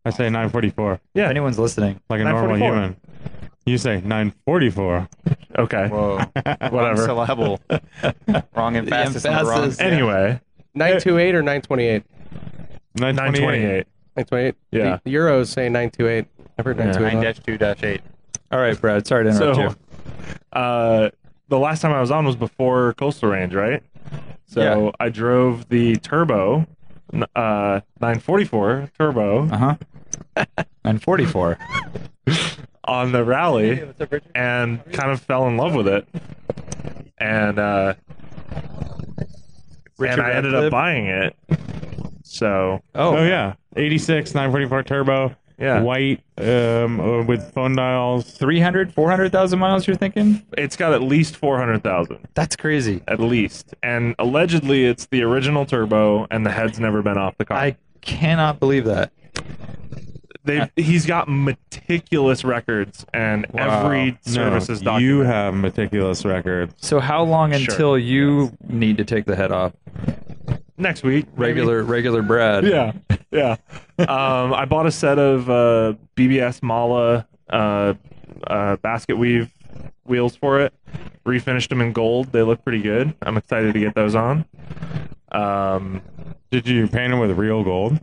Speaker 3: I say 944
Speaker 1: If
Speaker 7: Yeah.
Speaker 1: anyone's listening,
Speaker 3: like a normal
Speaker 7: 944.
Speaker 3: human. You say 944.
Speaker 7: Okay.
Speaker 4: Whoa,
Speaker 7: (laughs) Whatever.
Speaker 1: (laughs)
Speaker 4: Wrong syllable. wrong and fastest. on the wrong.
Speaker 1: emphasis.
Speaker 7: Anyway,
Speaker 9: Nine two eight or nine twenty eight.
Speaker 3: 928.
Speaker 7: 928.
Speaker 9: Nine twenty eight.
Speaker 7: Yeah.
Speaker 9: The Euros say nine two eight. I've heard nine
Speaker 7: Yeah.
Speaker 9: two eight.
Speaker 4: 9 2 8.
Speaker 1: All right, Brad. Sorry to interrupt you.
Speaker 7: So, uh, the last time I was on was before Coastal Range, right? So I drove the turbo, n- uh, 944 turbo
Speaker 1: Uh huh. And 44.
Speaker 7: on the rally and kind of fell in love with it. And, uh, and I ended
Speaker 1: Radcliffe?
Speaker 7: up buying it. So,
Speaker 1: Oh,
Speaker 3: Oh yeah, 86 944 turbo.
Speaker 7: Yeah.
Speaker 3: white um uh, with phone dials.
Speaker 1: 300, 400,000 miles, you're thinking?
Speaker 7: it's got at least 400,000.
Speaker 1: That's crazy.
Speaker 7: At least. And allegedly, it's the original turbo, and the head's never been off the car.
Speaker 1: I cannot believe that.
Speaker 7: They've, he's got meticulous records, and every
Speaker 3: No,
Speaker 7: service is
Speaker 3: You
Speaker 7: documented.
Speaker 3: have meticulous records.
Speaker 1: So how long
Speaker 7: Sure.
Speaker 1: until you need to take the head off?
Speaker 7: Next week, maybe.
Speaker 1: Regular regular Brad.
Speaker 7: Yeah, yeah. (laughs) um, I bought a set of uh, BBS Mala uh, uh, basket weave wheels for it. Refinished them in gold. They look pretty good. I'm excited to get those on. Um,
Speaker 3: Did you paint them with real gold?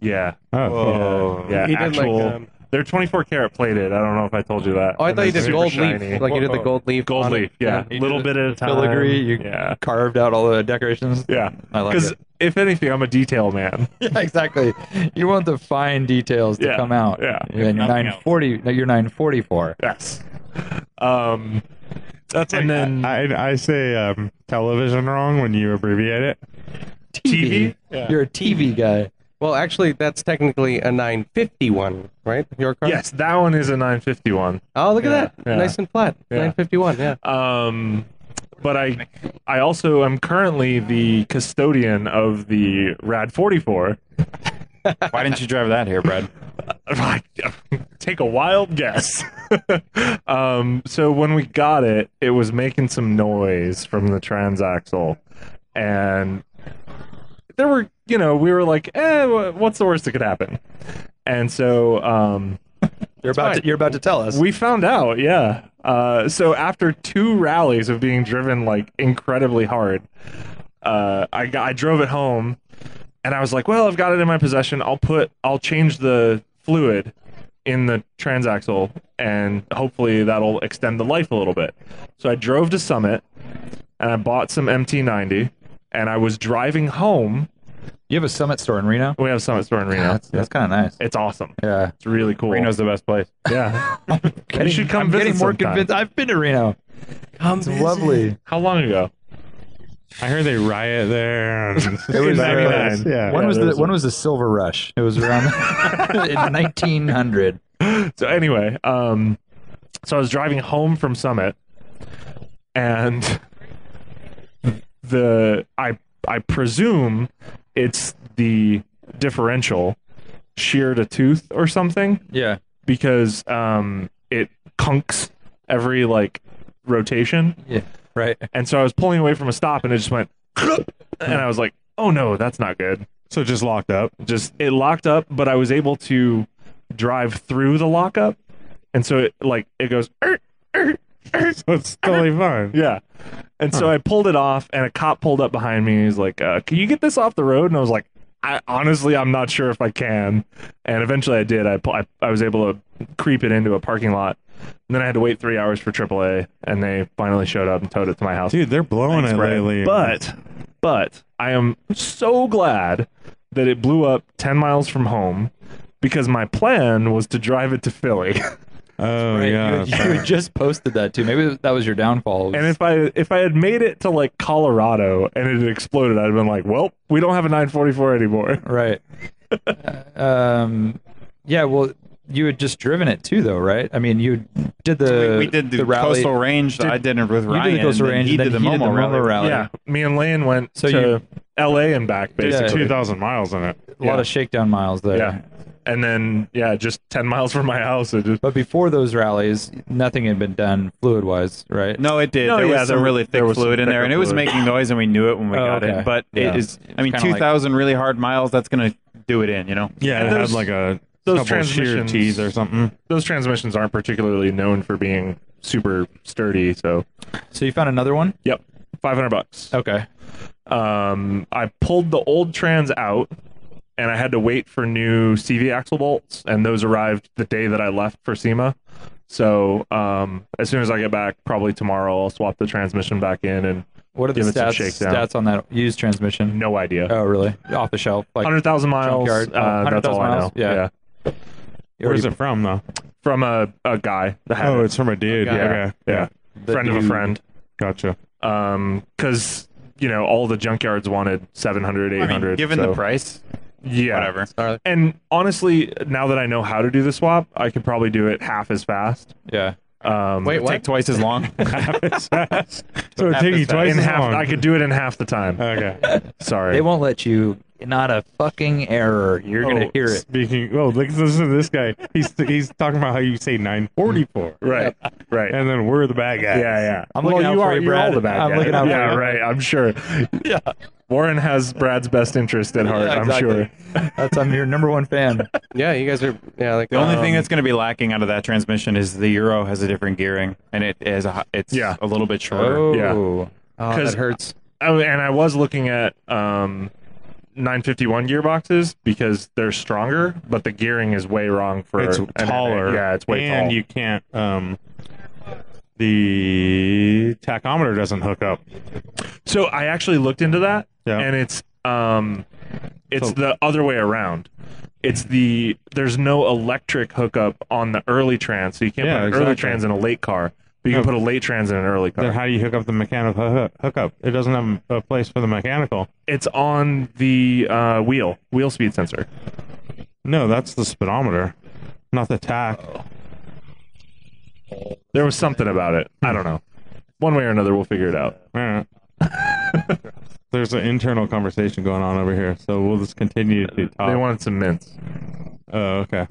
Speaker 7: yeah,
Speaker 3: Oh,
Speaker 7: yeah.
Speaker 9: He did like,
Speaker 7: actual.
Speaker 9: um,
Speaker 7: they're 24 karat plated. I don't know if I told you that.
Speaker 9: Oh, I
Speaker 7: And
Speaker 9: thought you
Speaker 7: they're
Speaker 9: did
Speaker 7: super
Speaker 9: gold
Speaker 7: shiny.
Speaker 9: leaf. Like you did the gold leaf.
Speaker 7: gold
Speaker 9: on it.
Speaker 7: leaf. Yeah,
Speaker 1: You
Speaker 7: little
Speaker 1: did
Speaker 7: bit at a time.
Speaker 1: Filigree, you
Speaker 7: yeah,
Speaker 1: carved out all the decorations.
Speaker 7: yeah.
Speaker 1: I like
Speaker 7: Because
Speaker 1: it.
Speaker 7: if anything, I'm a detail man.
Speaker 1: (laughs) Yeah, exactly. You want the fine details to
Speaker 7: Yeah,
Speaker 1: come out.
Speaker 7: yeah.
Speaker 1: And you're 940, no, uh, you're 944.
Speaker 7: yes. Um, That's and then
Speaker 3: I I say um, television wrong when you abbreviate it.
Speaker 7: TV.
Speaker 1: You're a TV guy.
Speaker 9: Well, actually, that's technically a 951, right? Your car?
Speaker 7: Yes, that one is a 951.
Speaker 9: Oh, look at that.
Speaker 7: yeah.
Speaker 9: Nice and flat. 951, yeah.
Speaker 7: Um, but I, I also am currently the custodian of the Rad 44.
Speaker 4: Why didn't you drive that here, Brad?
Speaker 7: Take a wild guess. (laughs) um, so when we got it, it was making some noise from the transaxle, and there were, you know, we were like, eh, wha- what's the worst that could happen? And so, um,
Speaker 1: (laughs) You're about to, you're about to tell us.
Speaker 7: We found out, yeah. Uh, so after two rallies of being driven like incredibly hard, uh, I got, I drove it home, and I was like, well, I've got it in my possession. I'll put I'll change the fluid in the transaxle, and hopefully that'll extend the life a little bit. So I drove to Summit, and I bought some MT90, and I was driving home.
Speaker 1: you have a Summit store in Reno?
Speaker 7: We have Summit store in Reno.
Speaker 1: That's, that's kind of nice.
Speaker 7: It's awesome.
Speaker 1: Yeah.
Speaker 7: It's really cool.
Speaker 4: Reno's the best place.
Speaker 1: (laughs)
Speaker 7: yeah.
Speaker 1: Getting-
Speaker 7: should come
Speaker 1: I'm getting
Speaker 7: visit
Speaker 1: more
Speaker 7: sometime.
Speaker 1: convinced. I've been to Reno. it's lovely.
Speaker 7: How long ago?
Speaker 3: I heard they riot there. And (laughs)
Speaker 1: It was, uh,
Speaker 3: 99. yeah.
Speaker 1: When was
Speaker 7: there
Speaker 1: the
Speaker 7: was
Speaker 1: when was the Silver Rush? It was
Speaker 7: (laughs)
Speaker 1: around (laughs) in 1900.
Speaker 7: so anyway, um, so I was driving home from Summit, and the I I presume it's the differential sheared a tooth or something
Speaker 1: Yeah.
Speaker 7: because um, it conks every like rotation,
Speaker 1: Yeah. Right.
Speaker 7: and so I was pulling away from a stop, and it just went, and I was like, oh no, that's not good.
Speaker 3: So just locked up.
Speaker 7: just it locked up, but I was able to drive through the lockup, and so it like it goes. "Er, er, er."
Speaker 3: So it's totally fine.
Speaker 7: Yeah, and so I pulled it off, and a cop pulled up behind me. and He's like, uh, "Can you get this off the road?" And I was like, I, "Honestly, I'm not sure if I can." And eventually, I did. I, pu- I I was able to creep it into a parking lot, and then I had to wait three hours for AAA, and they finally showed up and towed it to my house.
Speaker 3: Dude, they're blowing it
Speaker 7: Brad.
Speaker 3: lately.
Speaker 7: But, but I am so glad that it blew up 10 miles from home because my plan was to drive it to Philly. (laughs)
Speaker 3: oh yeah,
Speaker 1: You, you had just posted that too. Maybe that was your downfall.
Speaker 7: and if I if I had made it to like Colorado and it had exploded, I'd have been like, "Well, we don't have a
Speaker 1: (laughs)
Speaker 7: 944 anymore."
Speaker 1: right. um, yeah. Well, you had just driven it too, though, right? I mean, you did the
Speaker 7: (laughs)
Speaker 4: we, we did the,
Speaker 1: rally.
Speaker 4: coastal range. I did it with
Speaker 1: you
Speaker 4: Ryan.
Speaker 1: did the coastal
Speaker 4: and
Speaker 1: range.
Speaker 4: He
Speaker 1: and
Speaker 4: did the
Speaker 1: then he did
Speaker 4: Momo rally.
Speaker 1: rally.
Speaker 7: Yeah, me and Lane went
Speaker 1: So
Speaker 7: to L.A. and back basically.
Speaker 3: two thousand miles in it.
Speaker 1: A lot
Speaker 7: yeah.
Speaker 1: of shakedown miles there.
Speaker 7: yeah. And then yeah, just 10 miles (laughs) from my house. It just
Speaker 1: But before those rallies, nothing had been done fluid wise, right?
Speaker 4: No, it did.
Speaker 7: No,
Speaker 4: there
Speaker 7: yeah,
Speaker 4: was
Speaker 7: there
Speaker 4: some
Speaker 7: was-
Speaker 4: really
Speaker 7: there
Speaker 4: thick
Speaker 7: was some
Speaker 4: fluid in there,
Speaker 7: thicker
Speaker 4: and it was
Speaker 7: fluid.
Speaker 4: making noise, and we knew it when we
Speaker 1: Oh,
Speaker 4: got
Speaker 1: okay.
Speaker 4: it. But
Speaker 1: Yeah.
Speaker 4: it is. I mean,
Speaker 1: kinda like-
Speaker 4: two thousand really hard miles. That's gonna do it in. You know.
Speaker 3: Yeah,
Speaker 7: And
Speaker 3: it had
Speaker 7: those-
Speaker 3: like a
Speaker 7: those
Speaker 3: couple shear
Speaker 7: transmissions-
Speaker 3: teeth or something.
Speaker 7: those transmissions aren't particularly known for being super sturdy, so
Speaker 1: So you found another one?
Speaker 7: Yep. 500 bucks.
Speaker 1: Okay.
Speaker 7: Um, I pulled the old trans out and I had to wait for new CV axle bolts, and those arrived the day that I left for SEMA. So um, as soon as I get back, probably tomorrow, I'll swap the transmission back in, and
Speaker 1: What are the
Speaker 7: Give it some
Speaker 1: stats,
Speaker 7: shakedown.
Speaker 1: stats on that used transmission?
Speaker 7: no idea.
Speaker 1: Oh, really? Off the shelf, like
Speaker 7: Hundred thousand miles.
Speaker 1: Junkyard.
Speaker 7: Uh,
Speaker 1: Oh, 100,000
Speaker 7: that's all I know.
Speaker 1: miles? Yeah.
Speaker 3: Where's it from though?
Speaker 7: from a, a guy. That had
Speaker 3: Oh,
Speaker 7: it.
Speaker 3: it's from a dude.
Speaker 7: yeah,
Speaker 3: Okay.
Speaker 7: yeah.
Speaker 1: the
Speaker 7: friend of a
Speaker 1: dude-
Speaker 7: friend.
Speaker 3: Gotcha.
Speaker 7: Um, because you know all the junkyards wanted 700,
Speaker 4: I
Speaker 7: 800.
Speaker 4: mean, given
Speaker 7: so-
Speaker 4: the price,
Speaker 7: yeah.
Speaker 4: whatever.
Speaker 7: And honestly, now that I know how to do the swap, I could probably do it half as fast.
Speaker 1: Yeah,
Speaker 7: Um,
Speaker 9: Wait, what?
Speaker 4: Take twice as long.
Speaker 3: So it'd take you
Speaker 4: as fast.
Speaker 3: twice
Speaker 7: in
Speaker 3: as
Speaker 7: half,
Speaker 3: long.
Speaker 7: I could do it in half the time.
Speaker 3: (laughs)
Speaker 4: (laughs)
Speaker 3: Okay.
Speaker 7: Sorry.
Speaker 1: they won't let you. Not a fucking error. You're gonna
Speaker 3: Oh,
Speaker 1: hear
Speaker 4: (laughs)
Speaker 1: it.
Speaker 3: Speaking. Oh, look, listen to this guy. He's he's talking about how you say 944,
Speaker 7: right. Right.
Speaker 3: and then we're the bad guys.
Speaker 7: Mm-hmm. yeah, yeah.
Speaker 1: I'm looking out
Speaker 7: you
Speaker 1: for
Speaker 7: are,
Speaker 1: you,
Speaker 7: you're all
Speaker 1: Brad.
Speaker 7: the bad
Speaker 1: I'm
Speaker 7: guy.
Speaker 1: looking out for
Speaker 7: yeah,
Speaker 1: you.
Speaker 7: right. I'm sure. yeah. Warren has Brad's best interest at heart.
Speaker 1: Yeah,
Speaker 7: I'm sure.
Speaker 1: exactly. That's I'm your number one
Speaker 4: (laughs)
Speaker 1: fan.
Speaker 9: Yeah, you guys are. Yeah, like
Speaker 4: The only
Speaker 9: um,
Speaker 4: thing that's going to be lacking out of that transmission is the Euro has a different gearing and it is a, hi- it's
Speaker 7: Yeah.
Speaker 4: a little bit shorter.
Speaker 9: oh,
Speaker 7: because-
Speaker 9: that hurts.
Speaker 7: Oh, and I was looking at um, 951 gearboxes because they're stronger, but the gearing is way wrong for
Speaker 3: It's
Speaker 7: an-
Speaker 3: taller.
Speaker 7: yeah, it's way
Speaker 3: and
Speaker 7: tall.
Speaker 3: you can't. Um, the tachometer doesn't hook up.
Speaker 7: so I actually looked into that,
Speaker 3: Yeah.
Speaker 7: and it's um, it's the other way around. It's the there's no electric hookup on the early trans, so you can't
Speaker 3: Yeah,
Speaker 7: put an early
Speaker 3: exactly.
Speaker 7: trans in a late car, but you
Speaker 3: No.
Speaker 7: can put a late trans in an early car.
Speaker 3: Then how do you hook up the mechanical hoo- hookup? It doesn't have a place for the mechanical.
Speaker 7: it's on the uh, wheel wheel speed sensor.
Speaker 3: No, that's the speedometer, not the tach.
Speaker 7: Oh. There was something about it. I don't know. One way or another, we'll figure it out.
Speaker 3: All right. Eh. (laughs) There's an internal conversation going on over here, so we'll just continue to talk.
Speaker 7: They wanted some mints.
Speaker 3: oh, okay.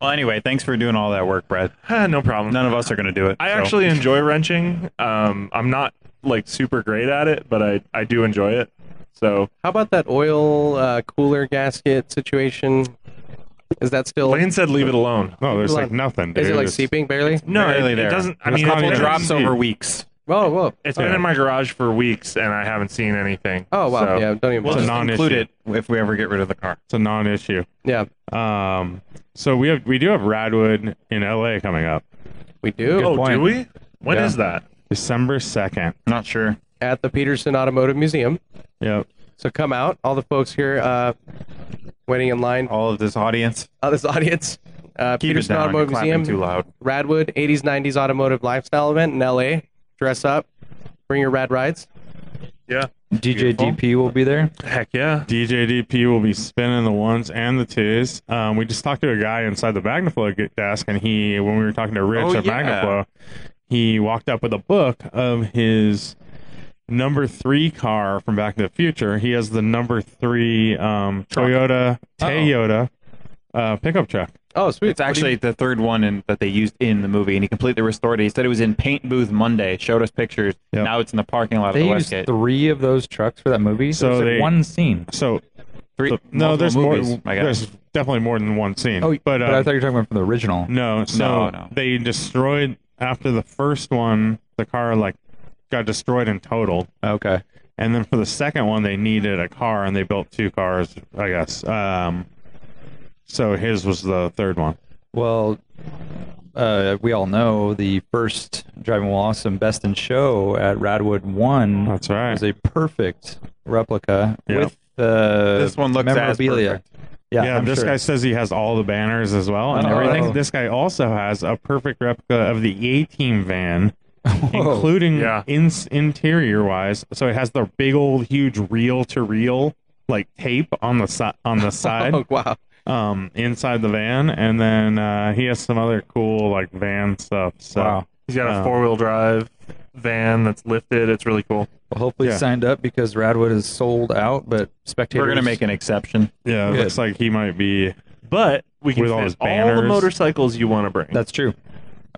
Speaker 4: Well, anyway, thanks for doing all that work, Brad.
Speaker 7: (laughs) Ah, no problem.
Speaker 4: None of us are going to do it.
Speaker 7: I
Speaker 4: so.
Speaker 7: actually enjoy wrenching. Um, I'm not like super great at it, but I, I do enjoy it. So
Speaker 9: How about that oil uh, cooler gasket situation? Is that still?
Speaker 7: Lane said leave it alone.
Speaker 3: No, there's like
Speaker 9: on.
Speaker 3: nothing. Dude.
Speaker 9: is it like
Speaker 3: It's-
Speaker 9: seeping barely?
Speaker 7: No,
Speaker 4: Barely
Speaker 7: it, it
Speaker 4: there.
Speaker 7: doesn't. I
Speaker 3: It's
Speaker 7: mean,
Speaker 3: not
Speaker 7: it's,
Speaker 4: it
Speaker 3: even
Speaker 7: been-
Speaker 4: drops over weeks.
Speaker 9: Whoa, whoa.
Speaker 7: it's been
Speaker 3: Yeah.
Speaker 7: in my garage for weeks, and I haven't seen anything.
Speaker 9: Oh wow.
Speaker 7: So,
Speaker 9: Yeah, don't even.
Speaker 4: We'll
Speaker 3: It's a
Speaker 4: just
Speaker 3: non-issue.
Speaker 4: include it if we ever get rid of the car.
Speaker 3: It's a non-issue.
Speaker 9: yeah,
Speaker 3: Um, so we have we do have Radwood in LA coming up
Speaker 9: we do
Speaker 7: Oh, do we? When is
Speaker 3: Yeah.
Speaker 7: that?
Speaker 3: December second.
Speaker 4: Not sure.
Speaker 9: at the Peterson Automotive Museum.
Speaker 3: Yep.
Speaker 9: So come out, all the folks here uh, waiting in line.
Speaker 4: All of this audience.
Speaker 9: Uh, this audience, uh,
Speaker 4: Keep
Speaker 9: Peterson
Speaker 4: it down. You're
Speaker 9: Automotive
Speaker 4: clapping
Speaker 9: Museum,
Speaker 4: too loud.
Speaker 9: Radwood, 80s, 90s automotive lifestyle event in LA. Dress up, bring your rad rides.
Speaker 7: Yeah.
Speaker 1: DJ DP will be there.
Speaker 7: Heck yeah.
Speaker 3: DJDP will be spinning the ones and the twos. Um, we just talked to a guy inside the Magnaflow g- desk, and he, when we were talking to Rich
Speaker 4: Oh,
Speaker 3: at
Speaker 4: yeah.
Speaker 3: Magnaflow, he walked up with a book of his number three car from Back to the Future. He has the number three um, Toyota
Speaker 4: Oh.
Speaker 3: Toyota uh, pickup truck.
Speaker 9: Oh, sweet.
Speaker 4: It's actually the third one in, that they used in the movie, and he completely restored it. He said it was in Paint Booth Monday. Showed us pictures.
Speaker 3: Yep.
Speaker 4: Now it's in the parking lot
Speaker 1: They
Speaker 4: of the
Speaker 1: used
Speaker 4: Westgate.
Speaker 1: three of those trucks for that movie.
Speaker 3: So
Speaker 1: So, it's like
Speaker 3: they-
Speaker 1: one scene.
Speaker 3: So
Speaker 4: Three,
Speaker 3: So- no,
Speaker 4: multiple
Speaker 3: there's
Speaker 4: movies.
Speaker 3: more.
Speaker 4: My God.
Speaker 3: There's definitely more than one scene.
Speaker 1: Oh,
Speaker 3: but, um,
Speaker 1: I thought you were talking about from the original.
Speaker 3: no. So
Speaker 4: No, no.
Speaker 3: they destroyed after the first one. The car like got destroyed and totaled,
Speaker 1: Okay.
Speaker 3: and then for the second one they needed a car and they built two cars. I guess. Um, so his was the third one.
Speaker 1: Well, uh, we all know the first Driving While Awesome Best in Show at Radwood One
Speaker 3: That's right.
Speaker 1: was a perfect replica
Speaker 3: Yeah.
Speaker 1: with the
Speaker 4: This one looks as
Speaker 1: memorabilia.
Speaker 4: perfect.
Speaker 1: Yeah,
Speaker 3: yeah,
Speaker 1: I'm
Speaker 3: this
Speaker 1: sure.
Speaker 3: guy says he has all the banners as well and
Speaker 1: Oh.
Speaker 3: everything. This guy also has a perfect replica of the A Team
Speaker 1: (laughs)
Speaker 3: van, including
Speaker 7: Yeah.
Speaker 3: ins- interior wise. So it has the big old huge reel to reel like tape on the si-
Speaker 1: (laughs)
Speaker 3: on the side
Speaker 9: Oh, wow.
Speaker 3: um inside the van and then uh he has some other cool like van stuff so
Speaker 1: Wow.
Speaker 7: He's got a
Speaker 3: Oh.
Speaker 7: four wheel drive van that's lifted. It's really cool.
Speaker 1: Well, hopefully
Speaker 3: Yeah.
Speaker 1: signed up because Radwood is sold out, but spectators.
Speaker 4: We're gonna make an exception.
Speaker 3: yeah it
Speaker 1: Good.
Speaker 3: looks like he might be
Speaker 7: But we can
Speaker 3: With all
Speaker 7: fit
Speaker 3: his
Speaker 7: all the
Speaker 3: banners.
Speaker 7: motorcycles you want to bring.
Speaker 1: That's true.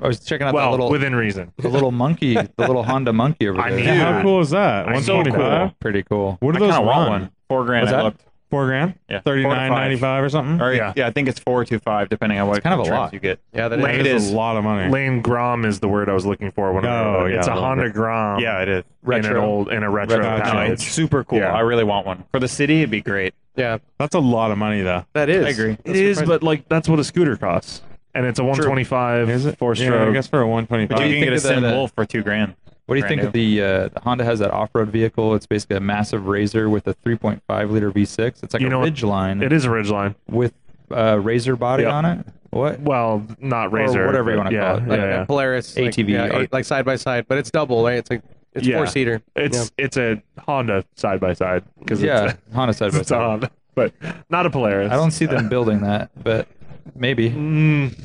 Speaker 1: I was checking out
Speaker 7: well,
Speaker 1: that little
Speaker 7: within reason.
Speaker 1: the
Speaker 4: (laughs)
Speaker 1: little monkey, the little Honda monkey over
Speaker 7: I
Speaker 1: there.
Speaker 7: need
Speaker 3: yeah,
Speaker 7: Dude.
Speaker 3: how cool is that
Speaker 7: I'm so
Speaker 3: 125
Speaker 7: cool.
Speaker 1: (laughs) Pretty cool.
Speaker 3: what
Speaker 4: I
Speaker 3: are those
Speaker 4: kinda want
Speaker 3: run
Speaker 4: one. Four grand.
Speaker 1: What's
Speaker 4: I
Speaker 1: that?
Speaker 4: looked.
Speaker 3: Four grand?
Speaker 4: Yeah, four to
Speaker 3: Thirty
Speaker 4: five.
Speaker 3: nine ninety five or something?
Speaker 4: Or
Speaker 7: Yeah.
Speaker 4: yeah. I think it's four to five, depending on what
Speaker 1: kind of a
Speaker 4: trips
Speaker 1: lot.
Speaker 4: you get.
Speaker 9: Yeah,
Speaker 3: That
Speaker 9: that is.
Speaker 4: Lame. it
Speaker 3: is
Speaker 4: is.
Speaker 3: a lot of money.
Speaker 7: Lane Grom is the word I was looking for when I
Speaker 3: Oh,
Speaker 7: wrote it.
Speaker 3: yeah,
Speaker 7: it's
Speaker 3: a
Speaker 7: a
Speaker 3: little
Speaker 7: Honda
Speaker 3: bit.
Speaker 7: Grom.
Speaker 4: Yeah, it is.
Speaker 7: in an
Speaker 1: Retro.
Speaker 7: old in a retro,
Speaker 1: Retro
Speaker 7: package.
Speaker 4: No,
Speaker 3: Sure.
Speaker 4: it's super cool.
Speaker 7: Yeah.
Speaker 4: I really want one for the city. It'd be great.
Speaker 9: Yeah,
Speaker 3: That's a lot of money though.
Speaker 9: that is.
Speaker 4: I agree.
Speaker 7: It is, but like that's what a scooter costs, and it's a 125
Speaker 3: Is it?
Speaker 7: four stroke.
Speaker 3: Yeah, I guess for a one twenty
Speaker 4: But
Speaker 3: five.
Speaker 4: you can
Speaker 1: think
Speaker 4: get a
Speaker 1: of the-
Speaker 4: Sim
Speaker 1: the-
Speaker 4: Wolf for two grand.
Speaker 1: What do you
Speaker 4: Brand
Speaker 1: think of the, uh, the Honda has that off-road vehicle? It's basically a massive Razor with a 3.5 liter V6. It's like
Speaker 7: You
Speaker 1: a
Speaker 7: know what?
Speaker 1: Ridgeline
Speaker 7: It is a Ridgeline.
Speaker 1: with a Razor body
Speaker 7: Yep.
Speaker 1: on it. What?
Speaker 7: Well, not Razor,
Speaker 1: whatever you
Speaker 7: but
Speaker 1: wanna
Speaker 7: yeah,
Speaker 1: call it.
Speaker 7: Yeah,
Speaker 9: Like
Speaker 7: yeah.
Speaker 9: a Polaris like,
Speaker 1: ATV
Speaker 9: yeah,
Speaker 1: or-
Speaker 9: eight- like side by side, but it's double, right? It's like it's
Speaker 7: Yeah.
Speaker 9: four seater.
Speaker 7: It's it's a Honda side by side because
Speaker 1: Yeah,
Speaker 7: it's,
Speaker 1: Honda side
Speaker 7: a,
Speaker 1: by (laughs)
Speaker 7: it's a
Speaker 1: side.
Speaker 7: Honda, but not a Polaris.
Speaker 1: I don't see
Speaker 7: (laughs)
Speaker 1: them building that, but maybe.
Speaker 7: Mm,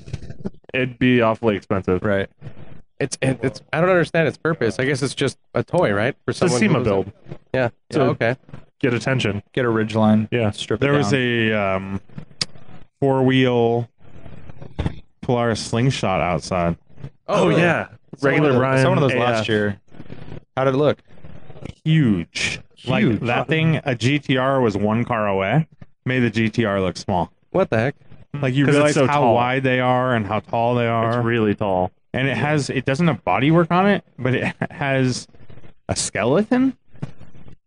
Speaker 7: it'd be awfully expensive.
Speaker 1: Right.
Speaker 9: It's it, it's I don't understand its purpose. I guess it's just a toy, right? For
Speaker 7: It's a
Speaker 9: someone who
Speaker 7: SEMA
Speaker 9: lives in-
Speaker 7: build.
Speaker 9: Yeah.
Speaker 7: So-
Speaker 9: Oh, okay.
Speaker 7: Get attention.
Speaker 1: Get a Ridgeline.
Speaker 7: Yeah.
Speaker 1: Strip it
Speaker 3: There was
Speaker 1: down.
Speaker 3: a um, four wheel Polaris slingshot outside.
Speaker 7: Oh, yeah, regular
Speaker 1: I
Speaker 7: Ryan.
Speaker 1: saw one of those
Speaker 7: AF.
Speaker 1: last year. How did it look?
Speaker 3: Huge. Like
Speaker 1: Huge.
Speaker 3: that thing, a GTR was one car away. Made the GTR look small.
Speaker 9: What the heck?
Speaker 3: Like you
Speaker 7: 'Cause it's
Speaker 3: realize
Speaker 7: so
Speaker 3: how
Speaker 7: tall.
Speaker 3: wide they are and how tall they
Speaker 7: It's
Speaker 3: are.
Speaker 7: really tall.
Speaker 3: and it has it doesn't have bodywork on it, but it (laughs) has a skeleton,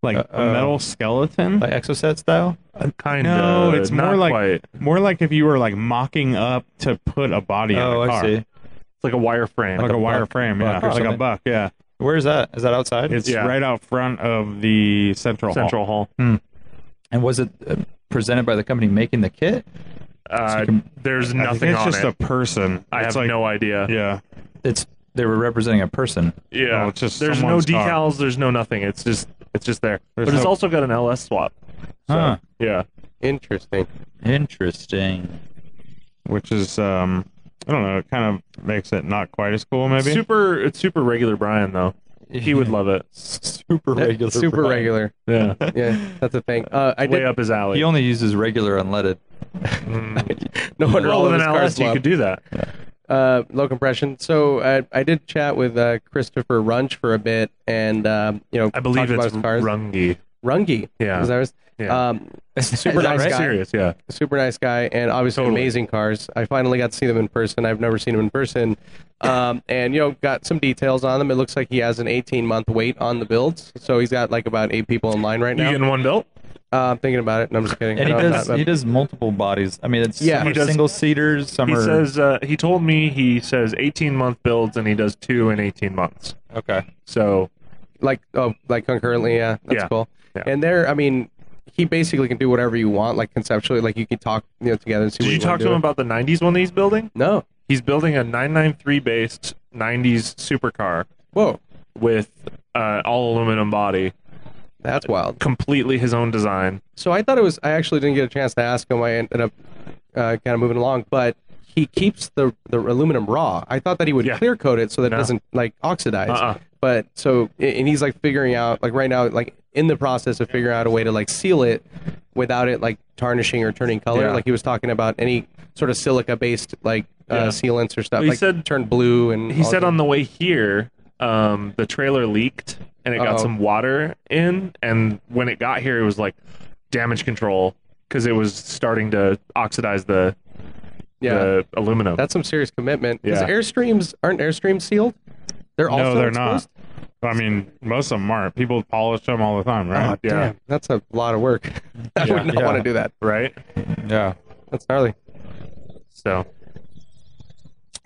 Speaker 3: like a
Speaker 1: Uh-oh.
Speaker 3: metal skeleton.
Speaker 1: Like Exocet style?
Speaker 7: Kind of.
Speaker 3: Uh, no, it's
Speaker 7: uh, not
Speaker 3: more like
Speaker 7: quite. it's
Speaker 3: more like if you were like mocking up to put a body
Speaker 1: oh,
Speaker 3: on a
Speaker 1: I
Speaker 3: car,
Speaker 1: see.
Speaker 7: like a wireframe.
Speaker 3: like, a, wire
Speaker 1: buck-
Speaker 3: frame,
Speaker 1: buck
Speaker 3: yeah,
Speaker 1: or
Speaker 3: like a
Speaker 1: something.
Speaker 3: buck, yeah.
Speaker 1: Where is that? Is that outside?
Speaker 3: It's
Speaker 7: Yeah.
Speaker 3: right out front of the central hall.
Speaker 7: Central Hall.
Speaker 3: Mm,
Speaker 1: and was it uh, presented by the company making the kit?
Speaker 7: Uh, there's
Speaker 3: I think
Speaker 7: nothing
Speaker 3: it's
Speaker 7: on
Speaker 3: just
Speaker 7: it.
Speaker 3: a person.
Speaker 7: I have
Speaker 3: it's like,
Speaker 7: no idea.
Speaker 3: Yeah,
Speaker 1: It's they were representing a person.
Speaker 7: Yeah,
Speaker 3: Oh, it's just
Speaker 7: there's no
Speaker 3: someone's car.
Speaker 7: decals. There's no nothing. It's just it's just there.
Speaker 3: There's
Speaker 7: but it's
Speaker 3: no-
Speaker 7: also got an LS swap. So,
Speaker 1: Huh.
Speaker 7: Yeah,
Speaker 9: Interesting.
Speaker 1: Interesting.
Speaker 3: which is um, I don't know. It kind of makes it not quite as cool, maybe.
Speaker 7: super. It's super regular Brian though. He would love it.
Speaker 1: super regular.
Speaker 9: Super
Speaker 1: Brian.
Speaker 9: regular.
Speaker 7: Yeah,
Speaker 9: (laughs) Yeah, that's a thing. Uh,
Speaker 7: (laughs)
Speaker 9: I
Speaker 7: way
Speaker 9: did.
Speaker 7: up his alley.
Speaker 1: He only uses regular unleaded.
Speaker 9: No wonder
Speaker 7: well,
Speaker 9: all of
Speaker 7: with an
Speaker 9: his cars
Speaker 7: LS, you
Speaker 9: flop.
Speaker 7: could do that.
Speaker 9: uh, low compression. So I, I did chat with uh, Christopher Runge for a bit, and um, you know,
Speaker 7: I believe
Speaker 9: talked about
Speaker 7: it's
Speaker 9: his cars.
Speaker 7: Rungi.
Speaker 9: Runge.
Speaker 7: Yeah.
Speaker 9: is that his-
Speaker 7: Yeah. (laughs)
Speaker 9: Um,
Speaker 7: Super
Speaker 9: nice
Speaker 7: nice,
Speaker 9: guy.
Speaker 7: serious. Yeah,
Speaker 9: super nice guy, and obviously
Speaker 7: Totally.
Speaker 9: amazing cars. I finally got to see them in person. I've never seen them in person, um, and you know, got some details on them. It looks like he has an 18 month wait on the builds, so he's got like about eight people in line right
Speaker 7: you
Speaker 9: now.
Speaker 7: getting one built?
Speaker 9: Uh, I'm thinking about it. No, I'm just kidding.
Speaker 1: And he
Speaker 9: No, I'm
Speaker 1: does
Speaker 9: not-
Speaker 1: he does multiple bodies. I mean, it's
Speaker 9: Yeah.
Speaker 1: some
Speaker 9: He
Speaker 1: are
Speaker 7: does-
Speaker 1: single seaters, some
Speaker 7: He
Speaker 1: are
Speaker 7: says uh, he told me he says 18 month builds and he does two in 18 months.
Speaker 1: okay.
Speaker 7: So
Speaker 9: like oh like concurrently yeah that's
Speaker 7: Yeah.
Speaker 9: cool
Speaker 7: Yeah.
Speaker 9: and there i mean he basically can do whatever you want like conceptually like you can talk you know together and see
Speaker 7: did
Speaker 9: what
Speaker 7: you talk
Speaker 9: wanna
Speaker 7: to him
Speaker 9: do.
Speaker 7: about the 90s one that he's building?
Speaker 9: no
Speaker 7: He's building a 993 based 90s supercar
Speaker 9: whoa
Speaker 7: with uh, all aluminum body,
Speaker 9: that's wild
Speaker 7: completely his own design.
Speaker 9: so i thought it was i actually didn't get a chance to ask him i ended up uh, kind of moving along but he keeps the the aluminum raw i thought that he would
Speaker 7: Yeah.
Speaker 9: clear coat it so that
Speaker 7: No.
Speaker 9: it doesn't like oxidize
Speaker 7: Uh-uh.
Speaker 9: but so and he's like figuring out like right now like in the process of figuring out a way to like seal it without it like tarnishing or turning color
Speaker 7: Yeah.
Speaker 9: like he was talking about any sort of silica based like
Speaker 7: Yeah.
Speaker 9: uh, sealants or stuff
Speaker 7: He
Speaker 9: like
Speaker 7: said-
Speaker 9: turn blue and
Speaker 7: He
Speaker 9: all
Speaker 7: said
Speaker 9: that.
Speaker 7: on the way here, um, the trailer leaked and it got
Speaker 9: Uh-oh.
Speaker 7: some water in, and when it got here, it was like damage control because it was starting to oxidize the,
Speaker 9: yeah
Speaker 7: the aluminum.
Speaker 9: that's some serious commitment because
Speaker 7: Yeah.
Speaker 9: airstreams aren't airstreams sealed they're
Speaker 3: no,
Speaker 9: also
Speaker 3: they're
Speaker 9: exposed?
Speaker 3: not. I mean, most of them aren't. People polish them all the time, right?
Speaker 7: yeah,
Speaker 9: Damn, that's a lot of work i would not
Speaker 1: Yeah.
Speaker 9: want to do that
Speaker 7: right.
Speaker 1: Yeah.
Speaker 9: that's gnarly
Speaker 7: So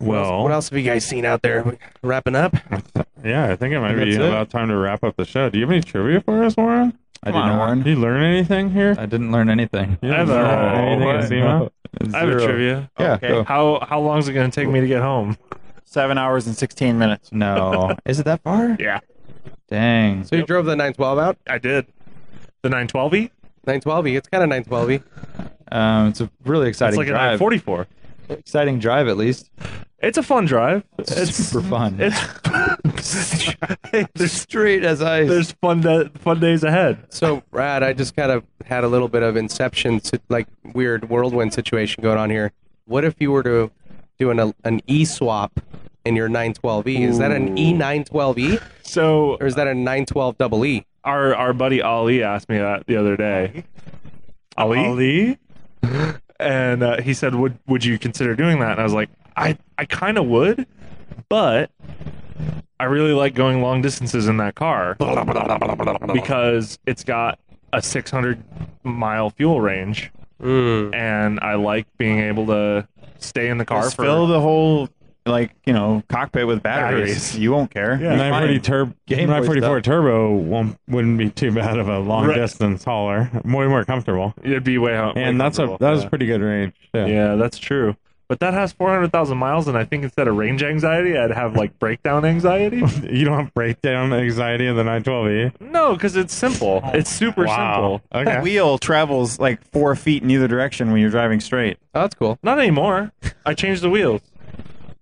Speaker 3: Well,
Speaker 9: what else have you guys seen out there wrapping up
Speaker 3: yeah, I think it might be
Speaker 1: That's it.
Speaker 3: about time to wrap up the show. Do you have any trivia for us, Warren?
Speaker 1: I didn't learn.
Speaker 3: Did you learn anything here?
Speaker 1: I didn't learn anything.
Speaker 3: You
Speaker 7: I have
Speaker 3: didn't learn
Speaker 7: a-
Speaker 3: anything at
Speaker 7: what?
Speaker 3: SEMA?
Speaker 7: I have a
Speaker 1: Zero.
Speaker 7: trivia.
Speaker 1: Yeah.
Speaker 4: Okay.
Speaker 1: go.
Speaker 7: How how long is it going to take me to get home?
Speaker 4: Seven hours and sixteen minutes. (laughs)
Speaker 1: No. is it that far?
Speaker 7: Yeah,
Speaker 1: Dang.
Speaker 9: so you drove the 912 out
Speaker 7: I did. The E? 912e.
Speaker 9: 912 it's kind of 912
Speaker 1: Um, it's a really
Speaker 7: It's
Speaker 1: exciting
Speaker 7: like a
Speaker 1: drive.
Speaker 7: 944.
Speaker 1: exciting drive at least.
Speaker 7: It's a fun drive.
Speaker 1: It's
Speaker 7: It's
Speaker 4: (laughs)
Speaker 1: super fun.
Speaker 7: it's (laughs) there's
Speaker 1: straight as ice.
Speaker 7: there's fun da- fun days ahead.
Speaker 9: So, Brad, I just kind of had a little bit of inception, si- like weird whirlwind situation going on here. What if you were to do an, an e swap in your 912e? Is that an E e912e
Speaker 7: So
Speaker 9: or is that a 912 double e?
Speaker 7: our our buddy Ali asked me that the other day. Ali. (laughs) And uh, he said, "Would would you consider doing that?" And I was like, "I I kind of would, but I really like going long distances in that car because it's got a 600 mile fuel range, and I like being able to stay in the car
Speaker 4: Just
Speaker 7: for
Speaker 4: fill the whole like you know cockpit with batteries.
Speaker 7: Batteries.
Speaker 4: You won't care.
Speaker 3: Yeah,
Speaker 4: You're fine.
Speaker 3: 940 turb-
Speaker 1: Game Boy
Speaker 3: 944
Speaker 1: stuff.
Speaker 3: Turbo won't, wouldn't be too bad of a long
Speaker 7: Right.
Speaker 3: distance hauler. Way more comfortable.
Speaker 7: it'd be way out.
Speaker 3: And that's a that was pretty good range. Yeah.
Speaker 7: Yeah, that's true. But that has 400,000 miles, and I think instead of range anxiety, I'd have like breakdown anxiety.
Speaker 3: You don't have breakdown anxiety in the 912e.
Speaker 7: (laughs) no, because it's simple. It's super simple.
Speaker 4: That
Speaker 3: Okay.
Speaker 4: wheel travels like four feet in either direction when you're driving straight.
Speaker 9: Oh, that's cool.
Speaker 7: Not anymore. I changed the wheels.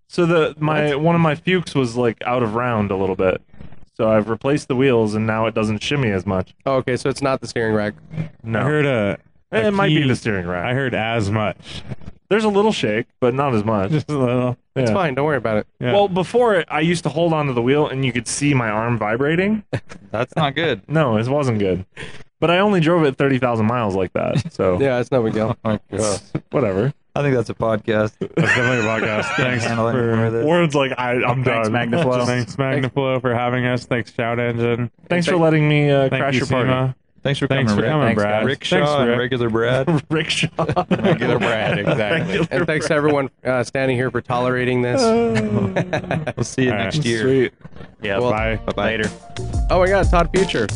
Speaker 7: So the my one of my fukes was like out of round a little bit. So I've replaced the wheels, and now it doesn't shimmy as much.
Speaker 9: Oh, okay, so it's not the steering rack.
Speaker 7: No,
Speaker 3: I heard a.
Speaker 7: Eh, it
Speaker 3: a
Speaker 7: might be
Speaker 3: key-
Speaker 7: the steering rack.
Speaker 3: I heard as much. (laughs)
Speaker 7: There's a little shake, but not as much.
Speaker 3: Just a little.
Speaker 9: It's
Speaker 7: Yeah.
Speaker 9: fine. Don't worry about it.
Speaker 3: Yeah.
Speaker 7: Well, before it, I used to hold onto the wheel, and you could see my arm (laughs) vibrating.
Speaker 1: That's not good. (laughs) Oh
Speaker 7: No, it wasn't good. But I only drove it 30,000 miles like that. So,
Speaker 9: Yeah, it's no big deal.
Speaker 1: Oh my God.
Speaker 7: whatever.
Speaker 1: I think that's a podcast.
Speaker 3: That's definitely a
Speaker 7: (laughs)
Speaker 3: podcast. (laughs) Thanks
Speaker 1: handle it
Speaker 3: for
Speaker 1: for this.
Speaker 3: words like I, I'm
Speaker 4: Thanks,
Speaker 3: done.
Speaker 4: Magnaflow.
Speaker 3: Thanks, Magnaflow, for having us. Thanks, Shout Engine.
Speaker 7: Thanks for letting me uh,
Speaker 3: Thank
Speaker 7: crash
Speaker 3: you,
Speaker 7: your party.
Speaker 3: Seema.
Speaker 1: Thanks for coming,
Speaker 3: Thanks for
Speaker 1: Rick.
Speaker 3: coming,
Speaker 4: Thanks,
Speaker 3: Brad.
Speaker 4: guys.
Speaker 1: Rickshaw
Speaker 3: Thanks,
Speaker 1: and
Speaker 3: Rick.
Speaker 1: regular Brad.
Speaker 3: (laughs)
Speaker 7: (laughs) Rickshaw.
Speaker 4: Regular Brad, exactly.
Speaker 9: And thanks to everyone uh, standing here for tolerating this.
Speaker 7: (laughs)
Speaker 1: We'll see you
Speaker 3: All right.
Speaker 1: next year.
Speaker 7: Sweet.
Speaker 4: yeah.
Speaker 9: Well-
Speaker 3: Bye.
Speaker 1: Bye-bye.
Speaker 4: Later.
Speaker 9: Oh my God, Todd Future.